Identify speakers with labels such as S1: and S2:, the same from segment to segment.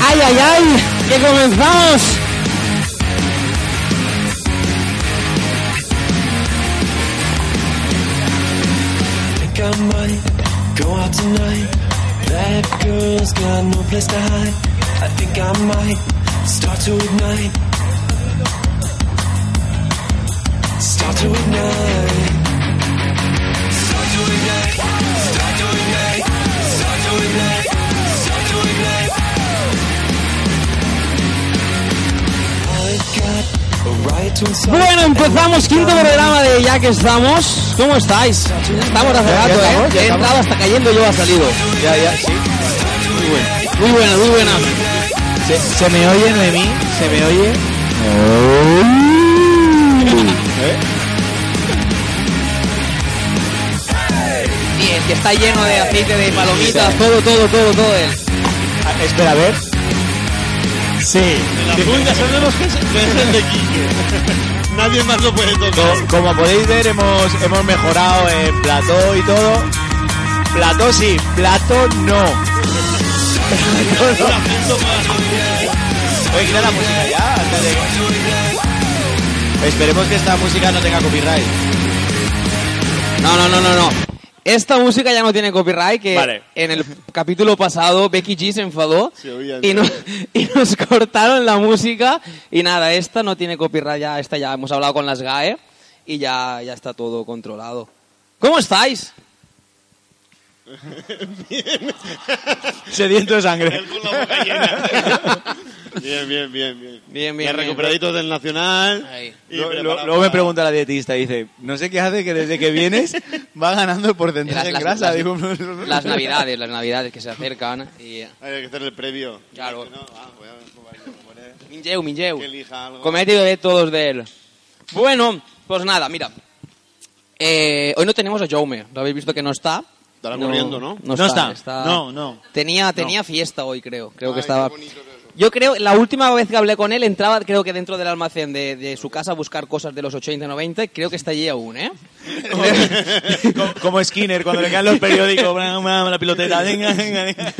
S1: ¡Ay, ay, ay! ¡Que comenzamos!
S2: Think I might go out tonight. That girl's got no place to hide. I think I might start to ignite. Start to ignite. Start to ignite. Start to ignite. Start to ignite. Start to ignite. I've got a right to insult.
S1: Bueno, empezamos quinto programa de Ya que estamos. ¿Cómo estáis? Estamos hace
S3: Ya, ya
S1: rato,
S3: estamos,
S1: ¿eh?
S3: ya
S1: He
S3: estamos.
S1: entrado hasta cayendo y luego ha salido.
S3: Ya, ya, sí.
S1: Muy
S3: Muy bueno.
S1: buena, muy buena.
S3: Se, se me oye de mí, se me oye.
S1: Bien, que está lleno de aceite de palomitas, todo, todo, todo, todo. él.
S3: Ah, espera, a ver. Sí.
S4: Nadie más lo puede tocar.
S3: Co- como podéis ver, hemos, hemos mejorado en plató y todo. Plató sí, plató no. Plató no. Oye, quita la música ya. antes de- Esperemos que esta música no tenga copyright.
S1: No, no, no, no, no. Esta música ya no tiene copyright, que
S4: Vale.
S1: en el capítulo pasado Becky G se enfadó
S4: Se oía,
S1: y,
S4: se
S1: no-
S4: oía.
S1: y nos cortaron la música. Y nada, esta no tiene copyright ya, esta ya hemos hablado con las GAE y ya, ya está todo controlado. ¿Cómo estáis?
S3: Sediento de sangre.
S4: Él con la boca llena. bien, bien, bien, bien.
S1: Bien, bien,
S4: Ya
S1: bien.
S4: recuperadito del Nacional.
S1: Ahí.
S4: Y
S3: Lo- lo-
S4: preparado
S3: luego me
S4: para-
S3: pregunta la dietista, dice, no sé qué hace que desde que vienes va ganando el porcentaje en grasa. Digo,
S1: las navidades, las navidades que se acercan. Y,
S4: Hay que hacer el previo.
S1: Claro.
S4: No, ah, voy a ver cómo va a ir, cómo va a ir.
S1: Minjeu, Minjeu.
S4: Que elija algo.
S1: Cometido de todos de él. Bueno, pues nada, mira. Eh, hoy no tenemos a Jaume. Lo habéis visto que no está.
S4: Estará corriendo, ¿no?
S3: No está. No, no.
S1: Tenía, tenía fiesta hoy, creo. Creo que estaba. Yo creo, la última vez que hablé con él, entraba, creo que dentro del almacén de, de su casa a buscar cosas de los 80 90. Creo que está allí aún, ¿eh?
S3: como, como Skinner cuando le caen los periódicos, bra, bra, la piloteta, venga, venga, venga.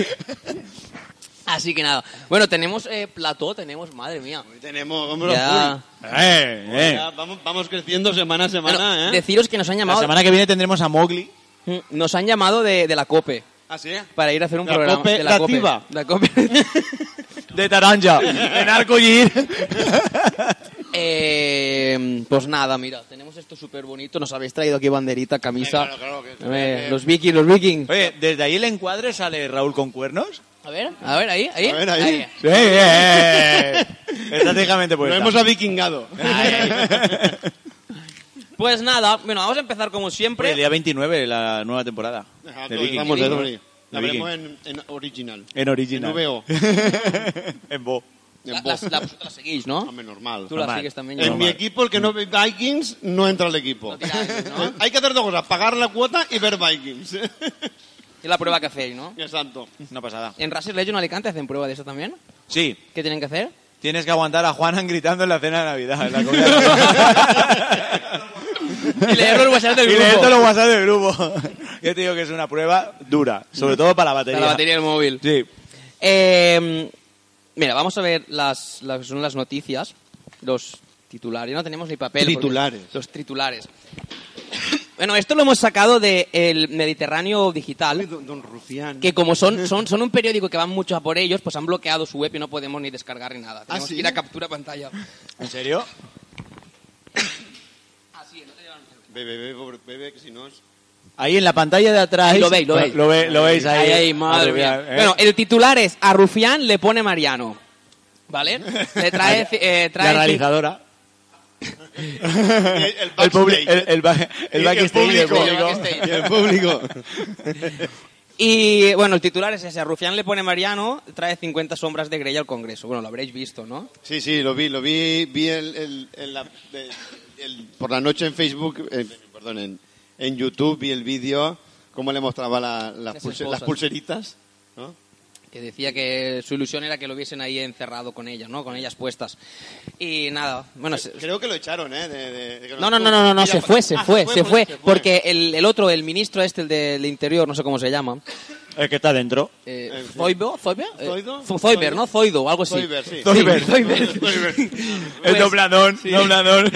S1: Así que nada. Bueno, tenemos eh, plató, tenemos, madre mía.
S4: Hoy tenemos, hombre,
S1: Ya.
S3: Eh,
S4: full.
S3: eh.
S4: Ya, vamos, vamos creciendo semana a semana,
S1: Bueno,
S4: ¿eh?
S1: deciros que nos han
S3: La
S1: llamado. Mm,
S3: semana que viene tendremos a Mowgli.
S1: Nos han llamado de, de la COPE.
S4: ¿Ah, sí?
S1: para ir a hacer un
S4: La
S1: programa
S4: cope-
S1: de la,
S4: la
S1: cope.
S4: tiba.
S1: La cope.
S3: De Taranja. De Narcoyir.
S1: Eh, pues nada, mira, tenemos esto súper bonito. Nos habéis traído aquí banderita, camisa.
S4: Eh, claro, claro, que-
S1: Eh, los vikings, los vikings.
S3: Oye, ¿desde ahí el encuadre sale Raúl con cuernos?
S1: A ver, a ver, ahí, ahí.
S4: A ver, ahí.
S3: Sí, eh, eh. Estratégicamente pues,
S4: Lo
S3: puesta.
S4: hemos avikingado.
S1: Pues nada, bueno, vamos a empezar como siempre.
S3: El día 29, la nueva temporada.
S4: Ajá,
S3: de
S4: todo,
S3: Viking.
S4: estamos de Dory. La
S3: De Viking.
S4: veremos en, en original.
S3: En original.
S4: En VO.
S3: en Bo.
S1: La-
S4: En
S1: las,
S4: voz.
S1: la- vosotras las seguís, ¿no?
S4: Hombre, normal.
S1: Tú las
S3: normal.
S1: sigues también.
S4: En
S1: yo.
S4: mi equipo, el que no ve Vikings, no entra al equipo. Eh,
S1: No tiene Vikings, ¿no?
S4: Hay que hacer dos cosas, pagar la cuota y ver Vikings.
S1: Es la prueba que hacéis, ¿no?
S4: Qué santo.
S3: Una pasada.
S1: En Racer Legion Alicante hacen prueba de eso también.
S3: Sí,
S1: ¿Qué tienen que hacer?
S3: tienes que aguantar a Juanan gritando en la cena de Navidad. en la comida de Navidad.
S1: Y leer los WhatsApp del
S3: Y leer
S1: grupo.
S3: todos los WhatsApp del grupo. Yo te digo que es una prueba dura, sobre todo para la batería.
S1: Mm. Para la batería del móvil.
S3: Sí.
S1: Eh, mira, vamos a ver las, las, son las noticias, los titulares. No tenemos ni papel. porque-
S4: Titulares.
S1: Los titulares. Bueno, esto lo hemos sacado de el Mediterráneo Digital,
S4: Don, don Rufián.
S1: que como son, son, son un periódico que van mucho a por ellos, pues han bloqueado su web y no podemos ni descargar ni nada. Tenemos
S4: ¿sí?
S1: que ir a captura pantalla.
S3: ¿En serio?
S4: Bebe, bebe, pobre, bebe, que si no es...
S3: Ahí en la pantalla de atrás.
S1: Ahí lo veis, lo veis.
S3: Lo, ve- lo veis ahí.
S1: Ay, ay, madre mía.
S3: ¿eh?
S1: Bueno, el titular es A Rufián le pone Mariano. ¿Vale? Le trae, eh, trae
S3: la realizadora.
S4: Eh, El,
S3: El,
S4: backstage.
S3: publi- el, el, ba- el
S4: Y el
S3: backstage del
S4: público.
S3: público.
S1: El backstage.
S4: Y el público.
S1: Y bueno, el titular es ese. Rufián le pone Mariano, trae 50 sombras de Grey al Congreso. Bueno, lo habréis visto, ¿no?
S4: Sí, sí, lo vi, lo vi, vi el, el- en la- de- el- por la noche en Facebook, eh, perdón, en, en YouTube vi el vídeo, cómo le mostraba la- las,
S1: Las
S4: pulse-
S1: esposas.
S4: las pulseritas. ¿no?
S1: que decía que su ilusión era que lo viesen ahí encerrado con ellas, ¿no? Con ellas puestas. Y nada, bueno, se-
S4: Creo que lo echaron, ¿eh? de- de- de-
S1: no, no, no, no, no, no,
S4: Mira,
S1: se
S4: pa-
S1: fue, se
S4: Ah,
S1: fue, se fue, porque el, el otro, el ministro este, el del interior, no sé cómo se llama,
S3: El que está dentro.
S1: eh,
S4: sí.
S1: Zoibo, Zoibo, eh,
S4: ¿Zoido?
S1: Zo- Zoiber, ¿no? Zoido o algo así.
S4: Zoiber, sí.
S3: Zoiber.
S1: Sí, Zoiber.
S3: El
S1: Pues-
S3: dobladón, dobladón.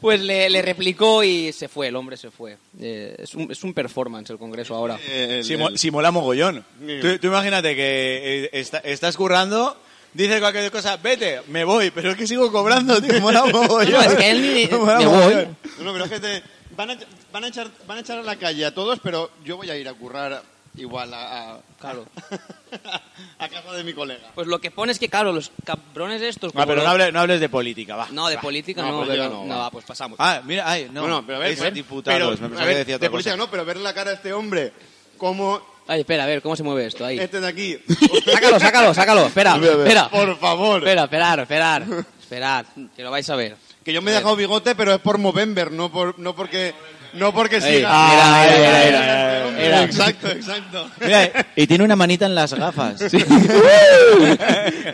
S1: Pues le, le replicó y se fue, el hombre se fue. Eh, es, un, es un performance el Congreso ahora.
S4: Eh, el-
S3: Si, mo-
S4: el-
S3: si mola mogollón.
S4: Sí.
S3: Tú, tú imagínate que eh, está- estás currando, dices cualquier cosa, vete, me voy, pero es que sigo cobrando, tío, mola mogollón.
S1: No, es que él ni-
S3: Mola
S1: me voy.
S3: mogollón.
S4: No, no, pero es que te- van, a, van, a echar, van a echar a la calle a todos, pero yo voy a ir a currar igual a, a-
S1: Claro.
S4: a casa de mi colega.
S1: Pues lo que pone es que, claro, los cabrones estos...
S3: Ah,
S1: como
S3: pero
S1: lo-
S3: no hables, no hables de política, va.
S1: No, de política
S4: No,
S1: no,
S4: política
S1: pero-
S4: no,
S1: no,
S4: va.
S1: va, pues pasamos.
S3: Ah, mira, ay, no.
S4: Bueno, pero a ver,
S3: es
S4: ver,
S3: diputados,
S4: pero,
S3: me
S4: a
S3: pensaba
S4: ver,
S3: que decía
S4: de
S3: otra cosa.
S4: política no, pero ver la cara de este hombre, como
S1: Ay, espera, a ver, ¿cómo se mueve esto? Ahí.
S4: este de aquí.
S1: Sácalo, sácalo, sácalo. Espera,
S4: Hombre, a ver,
S1: espera.
S4: Por favor.
S1: Espera, esperar, esperar. Esperar, que lo vais a ver.
S4: Que yo me he dejado bigote, pero es por Movember, no, por, no porque... No porque
S1: Ahí.
S4: siga.
S1: Ah, mira, mira, mira,
S4: Este
S1: mira,
S4: hombre,
S1: mira.
S4: Exacto, exacto.
S1: eh,
S3: Mira, y tiene una manita en las gafas.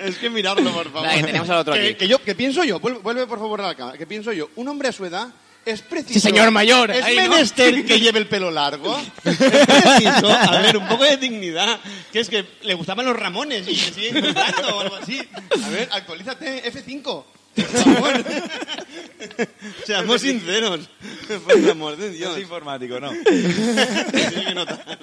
S4: es que mirarlo, por favor.
S1: Venga, que tenemos al otro
S4: que,
S1: aquí.
S4: que yo, que pienso yo, vuelve, vuelve, por favor a la cámara, que pienso yo, un hombre a su edad es preciso...
S1: Sí, señor mayor,
S4: Es
S1: ahí, ¿no?
S4: menester que lleve el pelo largo. Es preciso, a ver, un poco de dignidad, que es que le gustaban los Ramones y se siguen gustando o algo así. A ver, actualízate F5. por favor. Seamos sinceros, por el amor de Dios.
S3: informático, no.
S4: Tiene que notar.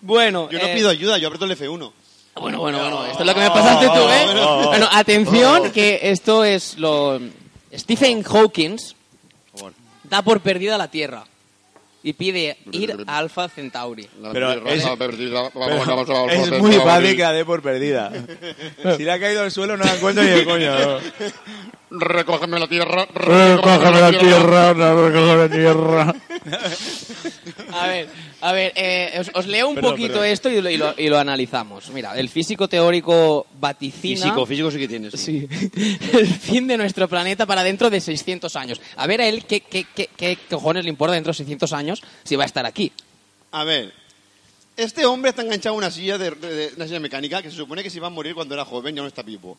S1: Bueno,
S4: Yo no
S1: eh,
S4: pido ayuda, yo aprieto el F1.
S1: Bueno, bueno, bueno, esto es lo que me pasaste tú, ¿eh?
S3: oh, oh.
S1: Bueno, atención, que esto es lo... Stephen Hawking da por perdida la Tierra y pide ir a Alpha Centauri.
S3: Pero es- Pero es muy fácil que la dé por perdida. Si le ha caído al suelo, no la encuentro ni de coño. ¿no?
S4: Recógeme la tierra.
S5: Recoge la tierra, recoge la tierra.
S1: A ver, a ver, eh, os, os leo un
S3: Perdón,
S1: poquito
S3: perdón.
S1: esto y lo, y lo- y lo analizamos. Mira, el físico teórico vaticina...
S4: Físico, sí que tienes.
S1: Sí. El fin de nuestro planeta para dentro de 600 años. A ver a él qué, qué, qué, qué cojones le importa dentro de 600 años si va a estar aquí.
S4: A ver, este hombre está enganchado a una silla de, de- de- una silla mecánica que se supone que se iba a morir cuando era joven, ya no está vivo.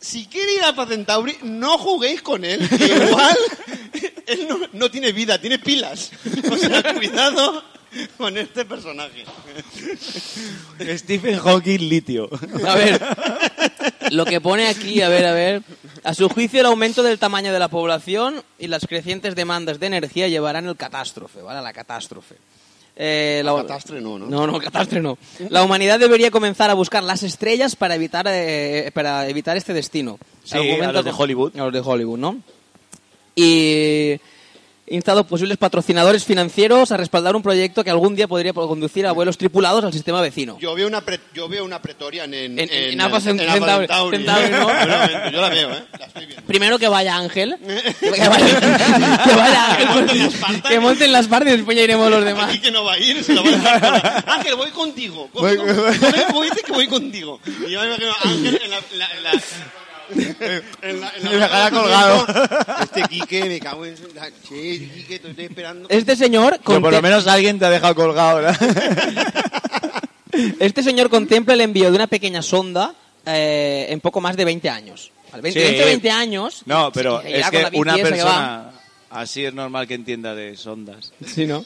S4: Si quiere ir a Pacentauri, no juguéis con él, que igual él no, no tiene vida, tiene pilas. O sea, cuidado con este personaje.
S3: Stephen Hawking litio.
S1: A ver, lo que pone aquí, a ver, a ver. A su juicio, el aumento del tamaño de la población y las crecientes demandas de energía llevarán al catástrofe, ¿vale? A la catástrofe. Eh, la-
S4: Catástrofe no, ¿no?
S1: No, no, catástrofe no. La humanidad debería comenzar a buscar las estrellas para evitar, eh, para evitar este destino.
S3: Sí, a los de Hollywood.
S1: A los de Hollywood, ¿no? Y instado a posibles patrocinadores financieros a respaldar un proyecto que algún día podría conducir a vuelos tripulados al sistema vecino.
S4: Yo veo una, pre- yo veo una pretoria en, en,
S1: En- en- en Alpha Cent-
S4: Alpha
S1: Centauri.
S4: Centauri.
S1: Centauri, ¿no?
S4: Seguramente, Yo la veo, ¿eh? La estoy viendo.
S1: Primero que vaya Ángel. Que vaya, que vaya Ángel.
S4: Que monten las partes.
S1: que monten las partes y después ya iremos los demás.
S4: Aquí que no va a ir, se lo va a dejar. Ángel, voy contigo. Coge-
S3: Voy-
S4: coge- coge- coge- dice que voy contigo. Y yo me imagino a Ángel en la... En la, en la en la,
S3: Me dejará colgado.
S4: Este Quique, me cago en... su- la- Che, Quique, te estoy esperando.
S1: Este señor,
S3: Pero por
S1: conte-
S3: lo menos alguien te ha dejado colgado. ¿no?
S1: este señor contempla el envío de una pequeña sonda eh, en poco más de 20 años. Al 20,
S3: Sí.
S1: 20, 20 años.
S3: No, pero
S1: irá
S3: es
S1: con
S3: que
S1: la
S3: una
S1: BTS que va.
S3: persona así es normal que entienda de sondas.
S1: Sí, ¿no?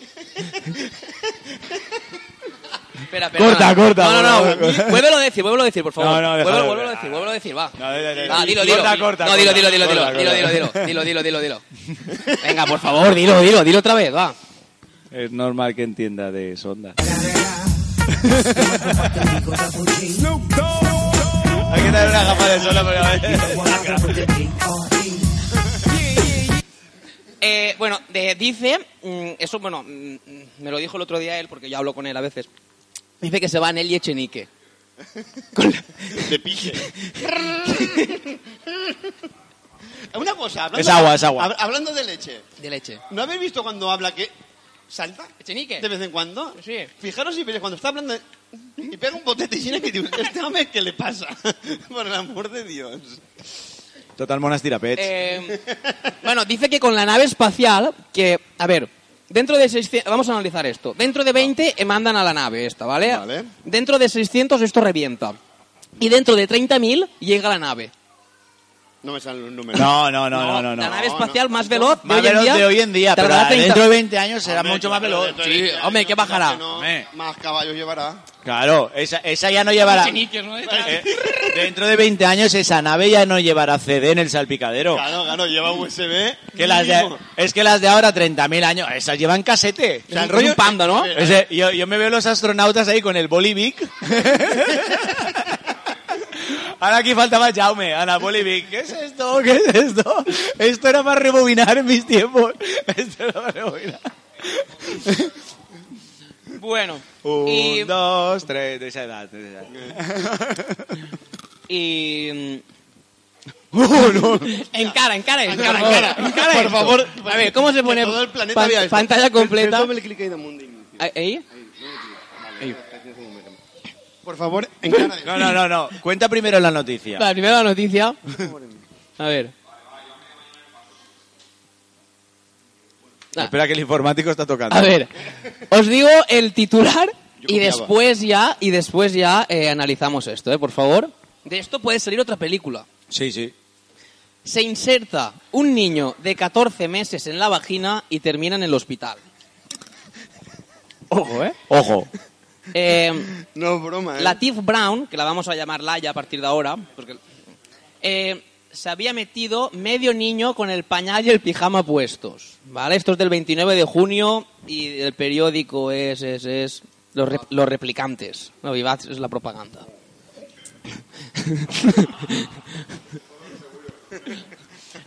S1: espera, espera.
S3: Corta, corta,
S1: No, no,
S3: por
S1: no.
S3: favor.
S1: Vuélvelo a decir, vuélvelo a decir, por favor.
S3: No, no, déjalo,
S1: Vuélvelo, vuélvelo a
S3: déjalo.
S1: decir, vuélvelo a decir, va.
S3: No, dilo, dilo.
S1: Va, dilo, dilo.
S3: Corta, corta,
S1: no, dilo, dilo, dilo,
S3: corta.
S1: dilo,
S3: Corta,
S1: dilo, dilo,
S3: corta.
S1: dilo, dilo, dilo, dilo, dilo. Venga, por favor, dilo, dilo, dilo otra vez, va.
S3: Es normal que entienda de sondas. Hay que tener una gafa de sola porque a ver.
S1: Eh, bueno, de- dice, mm, eso, bueno, mm, mm, me lo dijo el otro día él, porque yo hablo con él a veces. Dice que se va Nelly Echenique.
S4: De pique. una cosa... Hablando,
S3: Es agua, es agua.
S4: hab- Hablando de leche.
S1: De leche.
S4: ¿No habéis visto cuando habla que salta
S1: Echenique.
S4: de vez en cuando.
S1: Sí.
S4: Fijaros si veis cuando está hablando y pega un botete lleno que digo, este hombre, ¿qué le pasa? Por el amor de Dios.
S3: Total monas tirapets.
S1: Eh, bueno, dice que con la nave espacial, que, a ver, dentro de 600, vamos a analizar esto. Dentro de 20 eh, mandan a la nave esta, ¿vale?
S4: Vale.
S1: Dentro de 600 esto revienta. Y dentro de 30.000 llega la nave.
S4: No me salen los números.
S3: No, no, no, no, no. no.
S1: La nave
S4: no,
S1: espacial
S4: no.
S1: más veloz de
S3: Más
S1: hoy en
S3: veloz
S1: día.
S3: de hoy en día, pero
S1: tardará 30
S3: dentro de 20 años será
S4: Hombre,
S3: mucho más
S4: claro,
S3: veloz.
S4: dentro de
S1: Sí,
S4: 20
S1: hombre,
S4: años,
S1: ¿qué bajará?
S4: claro que no,
S3: Hombre.
S4: Más caballos llevará.
S3: Claro, esa, esa ya no llevará.
S1: Cheniques, ¿no?
S3: Eh, dentro de 20 años esa nave ya no llevará CD en el salpicadero.
S4: Claro, claro, lleva USB.
S3: Que las de-
S4: mínimo.
S3: es que las de ahora, 30.000 años, esas llevan casete. O sea, el
S1: Es
S3: rollo-
S1: un panda, ¿no?
S3: Ese- yo, yo me veo los astronautas ahí con el Bolivic. Ahora aquí faltaba Jaume, Ana Bolivic. ¿Qué es esto? ¿Qué es esto? Esto era para rebobinar en mis tiempos. Esto era para rebobinar.
S1: Bueno.
S3: Un,
S1: y-
S3: dos, tres, de esa edad. de esa edad.
S1: y
S3: Uh, no.
S1: Encara, encara, encara,
S4: favor,
S1: encara, encara
S4: por
S1: esto.
S4: favor.
S1: A ver, ¿cómo se pone
S4: todo el planeta
S1: pan-
S4: había esto.
S1: pantalla completa?
S4: Dame el clic ahí de mundo inicio.
S1: Ah, ¿Ahí?
S4: Por favor, encara.
S3: no, no, no, no. Cuenta primero la noticia.
S1: La primera noticia. A ver.
S3: Espera que el informático está tocando.
S1: A ver, os digo el titular
S4: Yo
S1: y
S4: copiaba.
S1: después ya, y después ya eh, analizamos esto, ¿eh? por favor. De esto puede salir otra película.
S3: Sí, sí.
S1: Se inserta un niño de 14 meses en la vagina y termina en el hospital. Ojo, ¿eh?
S3: Ojo.
S1: eh
S4: No es broma, ¿eh?
S1: Latif Brown, que la vamos a llamar Laia a partir de ahora, porque, eh, se había metido medio niño con el pañal y el pijama puestos. ¿Vale? Esto es del 29 de junio y el periódico es, es, es los, rep- los replicantes. No, Vivaz es la propaganda.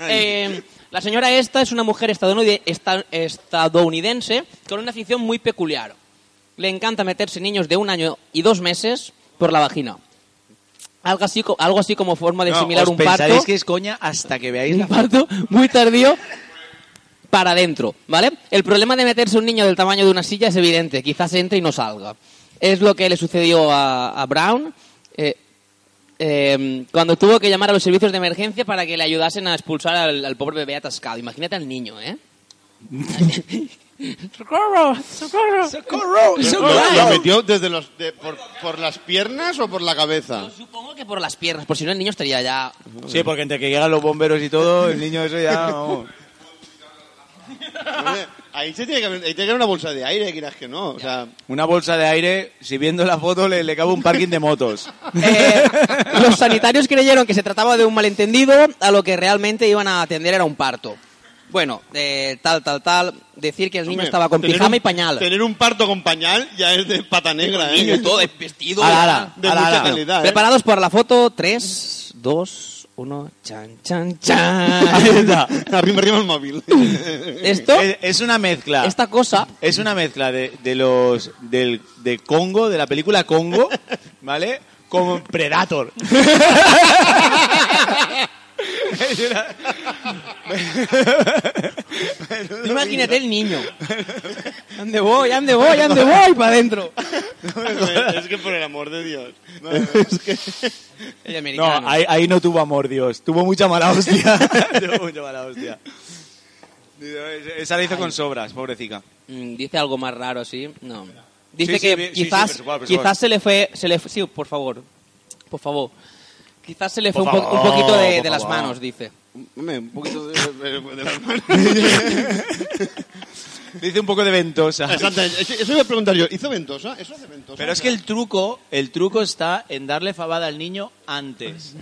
S1: Eh, la señora esta es una mujer estadounid- esta- estadounidense con una afición muy peculiar. Le encanta meterse niños de un año y dos meses por la vagina. Algo así, co- algo así como forma de
S3: No,
S1: simular
S3: os
S1: un parto.
S3: pensaréis que es coña hasta que veáis
S1: un
S3: la
S1: parto muy tardío para adentro, ¿vale? El problema de meterse un niño del tamaño de una silla es evidente, quizás entre y no salga. Es lo que le sucedió a, a Brown eh, eh, cuando tuvo que llamar a los servicios de emergencia para que le ayudasen a expulsar al, al pobre bebé atascado. Imagínate al niño, ¿eh? ¡Socorro! ¡Socorro!
S3: ¡Socorro!
S4: ¿Lo, lo metió desde los, de- por, por las piernas o por la cabeza?
S1: Supongo que por las piernas, por si no el niño estaría ya...
S3: Sí, porque entre que llegan los bomberos y todo, el niño eso ya... vamos.
S4: Hombre, ahí, se tiene que, ahí tiene que haber una bolsa de aire, quieras que no. O sea,
S3: Una bolsa de aire, si viendo la foto le, le cabe un parking de motos.
S1: Eh, los sanitarios creyeron que se trataba de un malentendido, a lo que realmente iban a atender era un parto. Bueno, eh, tal, tal, tal, decir que el niño
S4: hombre,
S1: estaba con
S4: tener
S1: pijama
S4: un-
S1: y pañal.
S4: Tener un parto con pañal ya es de pata negra, ¿eh?
S1: niño y todo, de vestido.
S3: Ala,
S1: ya.
S3: ala.
S4: De
S3: Ala,
S4: mucha
S3: ala.
S4: calidad, ¿eh?
S1: Preparados para la foto, 3, 2, 1, chan, chan,
S3: Ahí
S1: chan.
S3: está.
S4: Arriba, arriba el móvil.
S1: Esto,
S4: Eh,
S3: Es, es una mezcla.
S1: esta cosa,
S3: Es una mezcla de, de los... Del, de Congo, de la película Congo, ¿vale? Con Predator. Es una-
S1: tú imagínate el niño. Ande voy, ande voy, ande voy, para adentro.
S4: es que por el amor de Dios. No, no, no.
S1: El
S3: No,
S1: americano.
S3: ahí, ahí no tuvo amor, Dios. Tuvo mucha mala hostia. tuvo mucha mala hostia. Esa la hizo con sobras, pobrecica.
S1: Mm, Dice algo más raro así. No. Dice
S3: Sí, sí,
S1: que
S3: bien, sí,
S1: quizás,
S3: sí, por supuesto, por
S1: quizás
S3: supuesto.
S1: se le fue, se le fue- sí, por favor, por favor. Quizás se le fue un,
S3: Por
S1: po- un
S3: favor,
S1: poquito de,
S3: por
S1: de las
S3: favor.
S1: manos, dice.
S4: Hombre, un poquito de, de, de las manos.
S3: Dice un poco de ventosa.
S4: Exacto, eso eso iba a preguntar yo. ¿Hizo ventosa? ¿Eso hace ventosa?
S3: Pero es que el truco, el truco está en darle fabada al niño antes.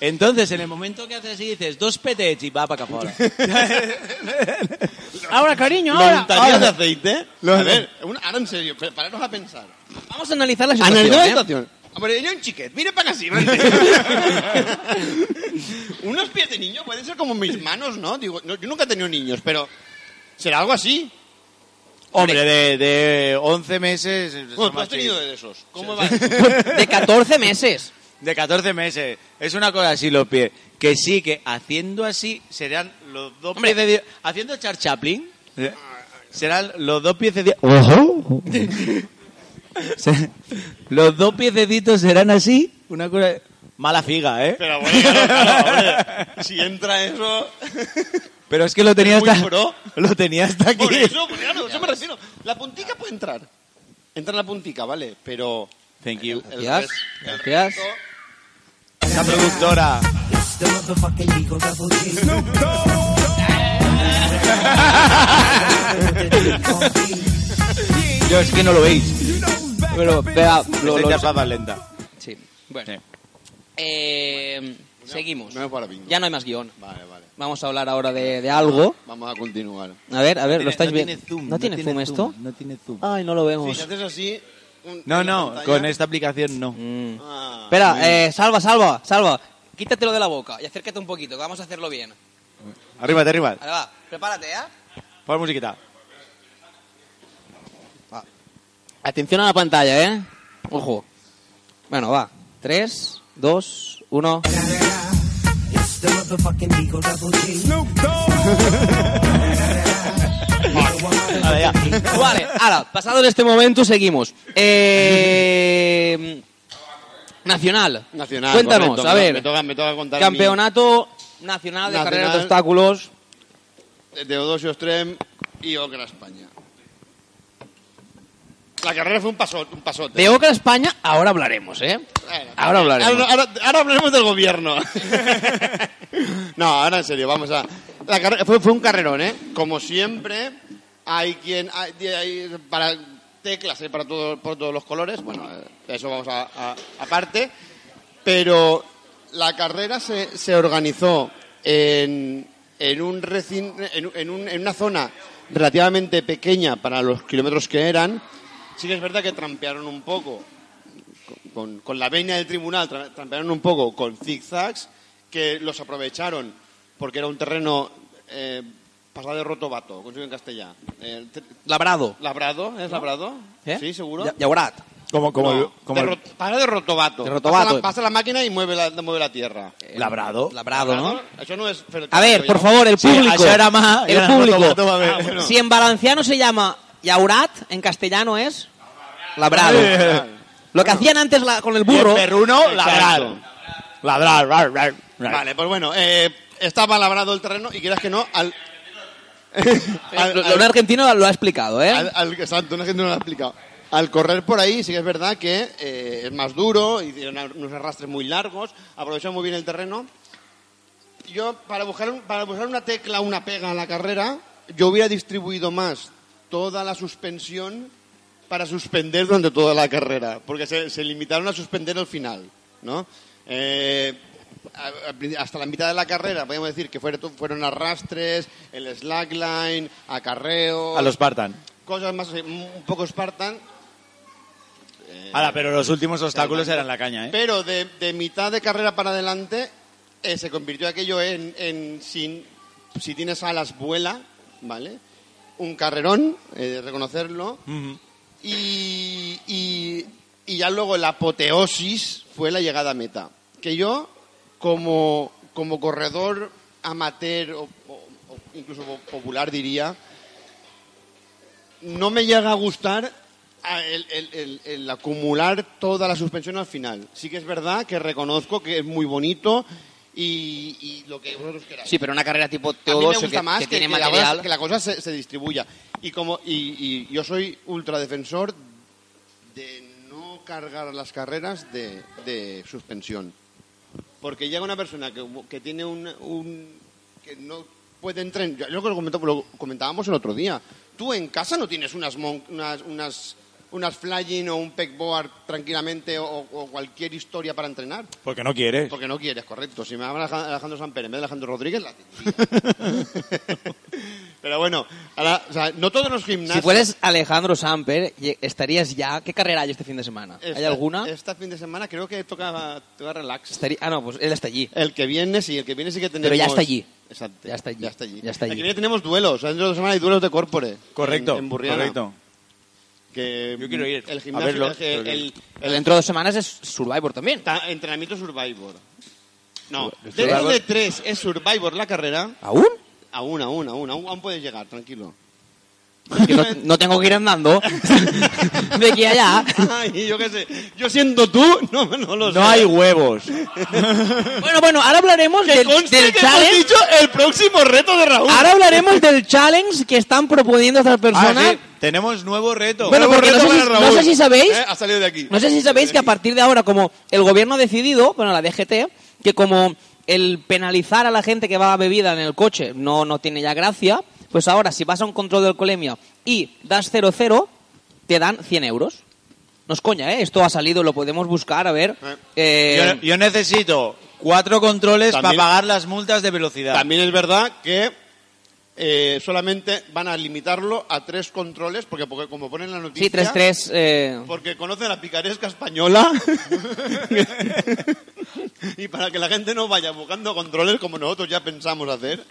S3: Entonces, en el momento que haces así, dices dos petets y va para acá fuera.
S1: Ahora, cariño,
S4: ¿Montañas de aceite? A ver, una- ahora en serio, pre- pararos a pensar.
S1: Vamos a analizar la situación.
S4: Analizar la
S1: ¿eh?
S4: situación. Hombre, yo un chiquet, mire para casi. Unos pies de niño pueden ser como mis manos, ¿no? Digo, no, yo nunca he tenido niños, pero será algo así.
S3: Hombre, de, de 11 meses.
S4: Bueno,
S3: son
S4: tú
S3: más
S4: has tenido
S3: chiquitos.
S4: de esos. ¿Cómo va? eso?
S1: pues, De 14 meses.
S3: De 14 meses. Es una cosa así los pies. Que sí, que haciendo así serían los dos
S1: Hombre.
S3: Eh. pies de Dios. Haciendo Char Chaplin. Serán los dos piececitos. Se- los dos piececitos serán así. Una cosa. Mala figa, ¿eh?
S4: Pero bueno, claro, claro, hombre. Si entra eso.
S3: Pero es que lo tenía
S4: Muy
S3: hasta.
S4: pro.
S3: Lo tenía hasta aquí.
S4: Por eso, por eso, eso me refiero. La puntica puede entrar. Entra la puntica, vale, pero.
S3: Thank you.
S4: el
S1: Gracias.
S4: res- el
S1: Gracias.
S4: resto-
S3: La productora. Yo es que no lo veis.
S1: Pero, vea, lo,
S3: Lo,
S1: lo-
S3: Este ya pava lenta.
S1: sí. Bueno.
S3: Sí.
S1: Eh, seguimos.
S4: No es para bingo.
S1: Ya no hay más guión.
S4: Vale, vale.
S1: Vamos a hablar ahora de, de algo.
S4: Vamos a continuar.
S1: A ver, a ver, lo estáis
S3: no
S1: viendo.
S3: tiene zoom,
S1: ¿No tiene zoom esto?
S3: No tiene zoom.
S1: Ay, no lo
S4: Si
S1: vemos.
S4: haces así. un-
S3: No,
S4: una
S3: no,
S4: pantalla-
S3: con esta aplicación no.
S1: Mm.
S4: Ah,
S1: Espera, eh, salva, salva, salva. Quítatelo de la boca y acércate un poquito, que vamos a hacerlo bien.
S3: Arriba, arriba.
S1: Ahora va, prepárate, ¿eh?
S3: Pon musiquita.
S1: Atención a la pantalla, ¿eh? Ojo. Bueno, va. Tres, dos, uno.
S3: Ahora ya.
S1: Vale, ahora, pasado en este momento, seguimos. Eh, nacional.
S4: Nacional.
S1: Cuéntanos,
S4: correcto,
S1: a
S4: me-
S1: ver.
S4: Me toca, me toca contar.
S1: Campeonato Nacional de
S4: Nacional.
S1: Carreras de Obstáculos.
S4: mi- Teodosio Strem y Ocra España. La carrera fue un pasote. Un pasote. ¿eh?
S1: De Ocra España, ahora hablaremos, ¿eh?
S4: Bueno,
S1: Ahora hablaremos.
S4: Ahora, ahora- ahora hablaremos del gobierno. no, ahora en serio, vamos a... La carre- fue, fue un carrerón, ¿eh? Como siempre, hay quien... Hay, hay para teclas, ¿eh? Para todo, por todos los colores. Bueno, eh, eso vamos a- a- aparte. Pero la carrera se, se organizó en, en, un recin- en, en un- en una zona relativamente pequeña para los kilómetros que eran. Sí que es verdad que trampearon un poco con, con la veña del tribunal tra- trampearon un poco con zigzags que los aprovecharon porque era un terreno eh, pasado de rotobato, consigo en castellano. Eh, te-
S1: Labrado.
S4: labrado, ¿es labrado?
S1: ¿eh?
S4: Sí, seguro.
S1: Ya- Yaurat.
S5: Como, como,
S4: No,
S5: el- como
S4: de
S5: el-
S4: rot- pasado de rotobato.
S1: De rotobato.
S4: Pasa la, pasa la máquina y mueve la, mueve la tierra.
S3: Labrado.
S1: Labrado, ¿no?
S4: Labrado, Eso no es fertilizante,
S1: A ver,
S4: ¿no?
S1: por favor, el
S3: Sí,
S1: público.
S3: això era más-
S1: el
S3: era
S1: público.
S3: rotobato, va bé.
S4: Ah, bueno.
S1: Si en valenciano se llama Yaurat, en castellano es labrado. Lo que hacían antes la- con el burro.
S3: Perruno,
S4: Exacto.
S3: ladrar. Ladrar, rar, rar, rar.
S4: Vale, pues bueno, eh, estaba labrado el terreno y quieras que no, al... al-
S1: Eh, Lo-
S4: al-
S1: lo- Un argentino lo ha explicado, ¿eh?
S4: Al, al- exacto, una gente no lo ha explicado. Al correr por ahí sí que es verdad que eh, es más duro, hicieron unos arrastres muy largos, aprovecharon muy bien el terreno. Yo, para buscar, un- para buscar una tecla, una pega a la carrera, yo hubiera distribuido más toda la suspensión para suspender durante toda la carrera, porque se, se limitaron a suspender al final, ¿no? Eh, a- a- hasta la mitad de la carrera, podemos decir que fueron, fueron arrastres, el slackline, acarreo
S3: A los Spartan.
S4: cosas más eh, un poco Spartan,
S3: Ahora, pero los últimos obstáculos eran la caña, ¿eh?
S4: pero de, de mitad de carrera para adelante eh, se convirtió aquello en, en sin, si tienes alas vuela, ¿vale? Un carrerón, eh, de reconocerlo, y, y, y ya luego la apoteosis fue la llegada a meta. Que yo, como, como corredor amateur o, o- o incluso popular diría, no me llega a gustar a- el, el- el- el acumular toda la suspensión al final. Sí que es verdad que reconozco que es muy bonito y, y lo que vosotros queráis.
S1: Sí, pero una carrera tipo
S4: a mí me
S1: Teodosio
S4: gusta
S1: que,
S4: más
S1: que
S4: que,
S1: tiene
S4: que la
S1: material.
S4: cosa, que la cosa se, se distribuya. Y como y, y yo soy ultradefensor de no cargar las carreras de, de suspensión. Porque llega una persona que, que tiene un, un- que no puede entrenar. Yo, yo lo, comentó- lo comentábamos el otro día. Tú en casa no tienes unas mon- unas, unas, unas flying o un pegboard tranquilamente o, o cualquier historia para entrenar.
S3: Porque no quieres.
S4: Porque no quieres, correcto. Si me llaman Alej- Alejandro San Pérez en vez de Alejandro Rodríguez, la Pero bueno, ahora, o sea, no todos los gimnasios.
S1: Si fueres Alejandro Samper, ye- estarías ya. ¿Qué carrera hay este fin de semana?
S4: Esta-
S1: ¿Hay alguna?
S4: Este fin de semana creo que toca, toca relax.
S1: Estaría- Ah, no, pues él está allí.
S4: El que viene sí, el que viene sí que tenemos.
S1: Pero ya está allí.
S4: Exacto.
S1: Ya está allí.
S4: Ya está allí.
S1: Ya está allí.
S4: El que viene tenemos duelos. Dentro de dos semanas hay duelos de corpore.
S3: Correcto.
S4: En, en Burriana.
S3: correcto.
S4: Que
S3: Yo quiero ir.
S4: El
S3: A
S4: gimnasio.
S3: verlo.
S4: el- el- el-
S1: Pero dentro de dos semanas es Survivor también.
S4: ta- entrenamiento Survivor. No,
S3: Survivor.
S4: dentro de tres es Survivor la carrera.
S1: ¿Aún?
S4: Aún, aún, aún, aún, aún puedes llegar, tranquilo.
S1: Que no, no tengo que ir andando de aquí a allá.
S4: Ay, yo qué sé. Yo siento tú, no, no lo sé.
S3: No hay huevos.
S1: Bueno, bueno, ahora hablaremos
S4: Que
S1: del,
S4: conste
S1: del
S4: que hemos
S1: challenge.
S4: dicho el próximo reto de Raúl.
S1: Ahora hablaremos del challenge que están proponiendo estas
S3: Ah,
S1: personas.
S3: sí, tenemos nuevo reto.
S1: Bueno,
S4: Nuevo
S1: porque no
S4: reto
S1: sé, si,
S4: para
S1: no
S4: Raúl.
S1: sé si sabéis,
S4: Eh, ha salido de aquí.
S1: no sé si sabéis que a partir de ahora, como el gobierno ha decidido, bueno, la DGT, que como el penalizar a la gente que va a bebida en el coche no, no tiene ya gracia, pues ahora si vas a un control de alcoholemia y das 0,0, te dan 100 euros. No es coña, ¿eh? Esto ha salido, lo podemos buscar, a ver. Eh,
S3: yo, yo necesito cuatro controles para
S4: También-
S3: pagar las multas de velocidad.
S4: También es verdad que eh, solamente van a limitarlo a tres controles, porque, porque como ponen la noticia...
S1: sí, 3-3. eh,
S4: Porque conocen la picaresca española. y para que la gente no vaya buscando controles como nosotros ya pensamos hacer.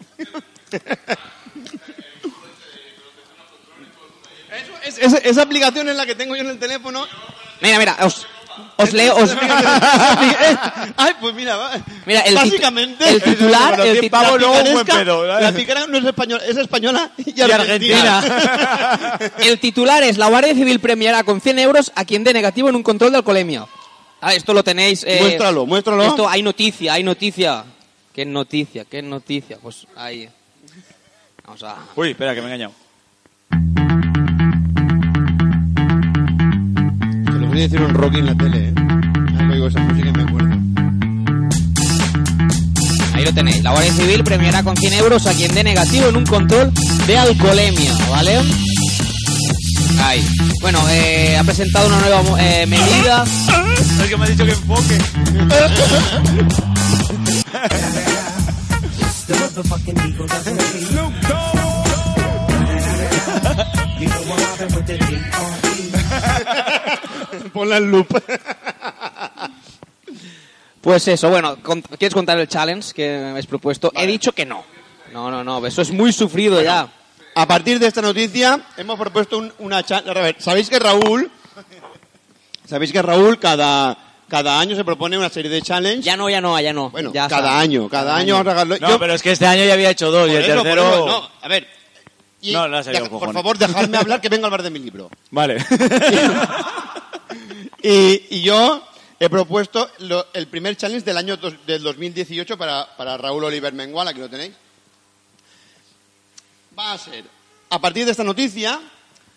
S4: Eso es- esa- esa aplicación es la que tengo yo en el teléfono.
S1: Mira, mira, os, os leo. eh. Os,
S4: Ay, pues mira, va.
S1: Mira, el tit-
S4: básicamente
S1: el titular-
S4: la
S1: el
S4: pi-
S1: titular-
S4: la
S3: luego un buen
S4: picaresca-
S3: pedo, ¿eh?
S4: La picaresca no es española, es española y,
S3: Y
S4: argentina.
S1: el titular es: La Guardia Civil premiará con 100 euros a quien dé negativo en un control de alcoholemia. Ah, esto lo tenéis. eh,
S4: Muéstralo, muéstralo.
S1: Esto, hay noticia, hay noticia. ¿Qué noticia? ¿Qué noticia? Pues ahí. Vamos a.
S3: Uy, espera, que me he engañado.
S4: Te lo voy a decir un rock en la tele, ¿eh? Ya oigo esa música y me acuerdo.
S1: Ahí lo tenéis. La Guardia Civil premiará con 100 euros a quien dé negativo en un control de alcoholemia, ¿vale? Ahí. Bueno, eh, ha presentado una nueva mo- eh, medida.
S3: Es que me ha dicho que enfoque.
S2: E.
S4: Ponla en loop.
S1: Pues eso, bueno, con- ¿quieres contar el challenge que me habéis propuesto? He dicho que no. No, no, no, eso es muy sufrido ya.
S4: A partir de esta noticia hemos propuesto un- una cha- A ver, sabéis que Raúl, sabéis que Raúl cada cada año se propone una serie de challenges.
S1: Ya no, ya no, ya no.
S4: bueno,
S1: Ya
S4: cada
S1: está.
S4: año, cada, año, vamos a sacarlo.
S3: No,
S4: Yo-
S3: pero es que este año ya había hecho dos y
S4: por
S3: el
S4: eso, por
S3: tercero.
S4: eso, no, a ver. Y
S3: No, no ha salido,
S4: deja- por
S3: cojones.
S4: favor, dejadme hablar que vengo a hablar de mi libro.
S3: Vale.
S4: Y, y yo he propuesto lo- el primer challenge del año dos- del 2018 para, para Raúl Oliver Mengual, aquí lo tenéis. Va a ser, a partir de esta noticia,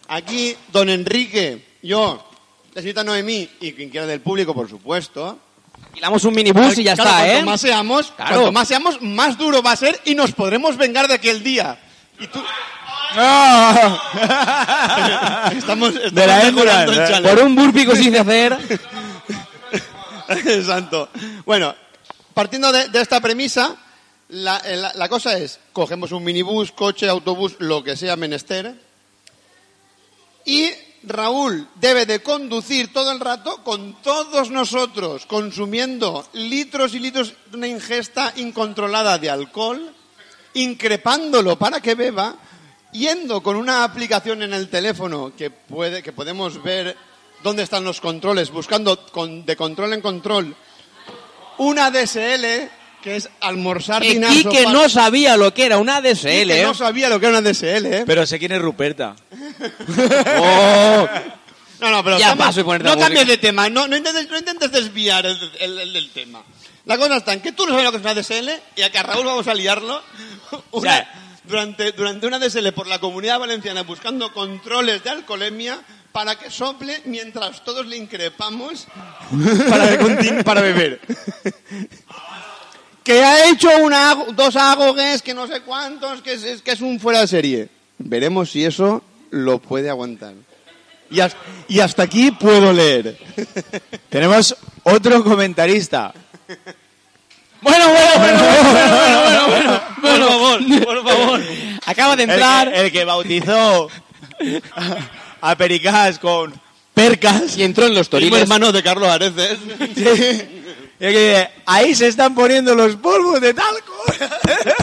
S4: aquí don Enrique, yo, la señorita Noemí y quien quiera del público, por supuesto.
S1: Alquilamos un minibús y ya
S4: Claro,
S1: está,
S4: cuanto
S1: ¿eh?
S4: Más seamos,
S1: Claro.
S4: Cuanto más seamos, más duro va a ser y nos podremos vengar de aquel día. Y tú... estamos, estamos
S3: De la
S4: mejorando el
S3: Endurance, ¿eh?
S4: challenge.
S1: Por un burpee que os hice hacer.
S4: Exacto. Bueno, partiendo de, de esta premisa, la, eh, la- la cosa es, cogemos un minibús, coche, autobús, lo que sea menester, y Raúl debe de conducir todo el rato con todos nosotros, consumiendo litros y litros de una ingesta incontrolada de alcohol, increpándolo para que beba, yendo con una aplicación en el teléfono que, puede, que podemos ver dónde están los controles, buscando con- de control en control una DSL, que es almorzar
S1: Y
S4: dinazo
S1: que
S4: pa-
S1: no sabía lo que era una DSL,
S4: Quique
S1: ¿eh?
S4: no sabía lo que era una DSL, ¿eh?
S3: Pero sé quién es Ruperta.
S4: No, no, pero
S1: Ya
S4: estamos-
S1: paso y ponerte
S4: no
S1: la
S4: cambies
S1: música.
S4: de tema, no, no, intentes, no intentes desviar el, el- el- el tema. La cosa está en que tú no sabes lo que es una DSL y a que a Raúl vamos a liarlo una-
S3: Ya.
S4: durante, durante una DSL por la comunidad valenciana buscando controles de alcoholemia para que sople mientras todos le increpamos para, que contin- para beber. que ha hecho una, ag- dos agogues, que no sé cuántos, que es, es que es un fuera de serie. Veremos si eso lo puede aguantar. Y, has- y hasta aquí puedo leer.
S3: Tenemos otro comentarista.
S1: Bueno, bueno, bueno, bueno, bueno, bueno, bueno, bueno.
S3: por favor.
S1: Acaba de
S3: El
S1: entrar.
S3: que, el que bautizó a Pericás con Percas.
S1: Y entró en los
S4: Primo
S1: toriles.
S4: hermano de Carlos Areces.
S3: Y el que dice, ahí se están poniendo los polvos de talco.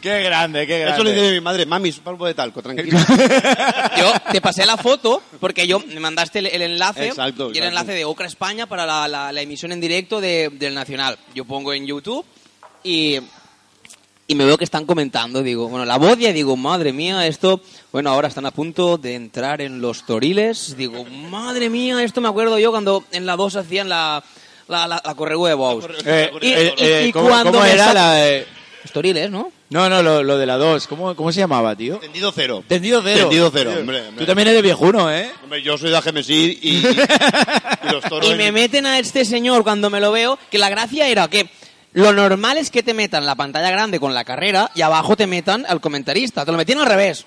S3: qué grande, qué grande.
S4: Eso le dice mi madre, mami, es polvo de talco, tranquilo.
S1: Yo te pasé la foto porque yo me mandaste el, el enlace
S4: Exacto,
S1: y el
S4: exacto.
S1: enlace de Ocra España para la, la- la emisión en directo de- del Nacional. Yo pongo en YouTube y, y me veo que están comentando, digo, bueno, la voz ya digo, madre mía, esto, bueno, ahora están a punto de entrar en los toriles, digo, madre mía, esto me acuerdo yo cuando en la 2 hacían la, la, la, la corregüe de Bows.
S3: Eh,
S1: Y-
S3: eh,
S1: y-
S3: eh,
S1: y
S3: ¿cómo,
S1: cuando
S3: cómo
S1: me
S3: era
S1: sa-
S3: la...? eh?
S1: Los toriles, ¿no?
S3: No, no, lo, lo de la 2. ¿Cómo, ¿Cómo se llamaba, tío?
S4: Tendido cero.
S3: Tendido cero.
S4: Tendido cero, hombre, hombre.
S3: Tú también eres viejuno, ¿eh?
S4: Hombre, yo soy de Gemesí y, y, y los toros.
S1: Y me meten a este señor cuando me lo veo, que la gracia era que lo normal es que te metan la pantalla grande con la carrera y abajo te metan al comentarista. Te lo metían al revés.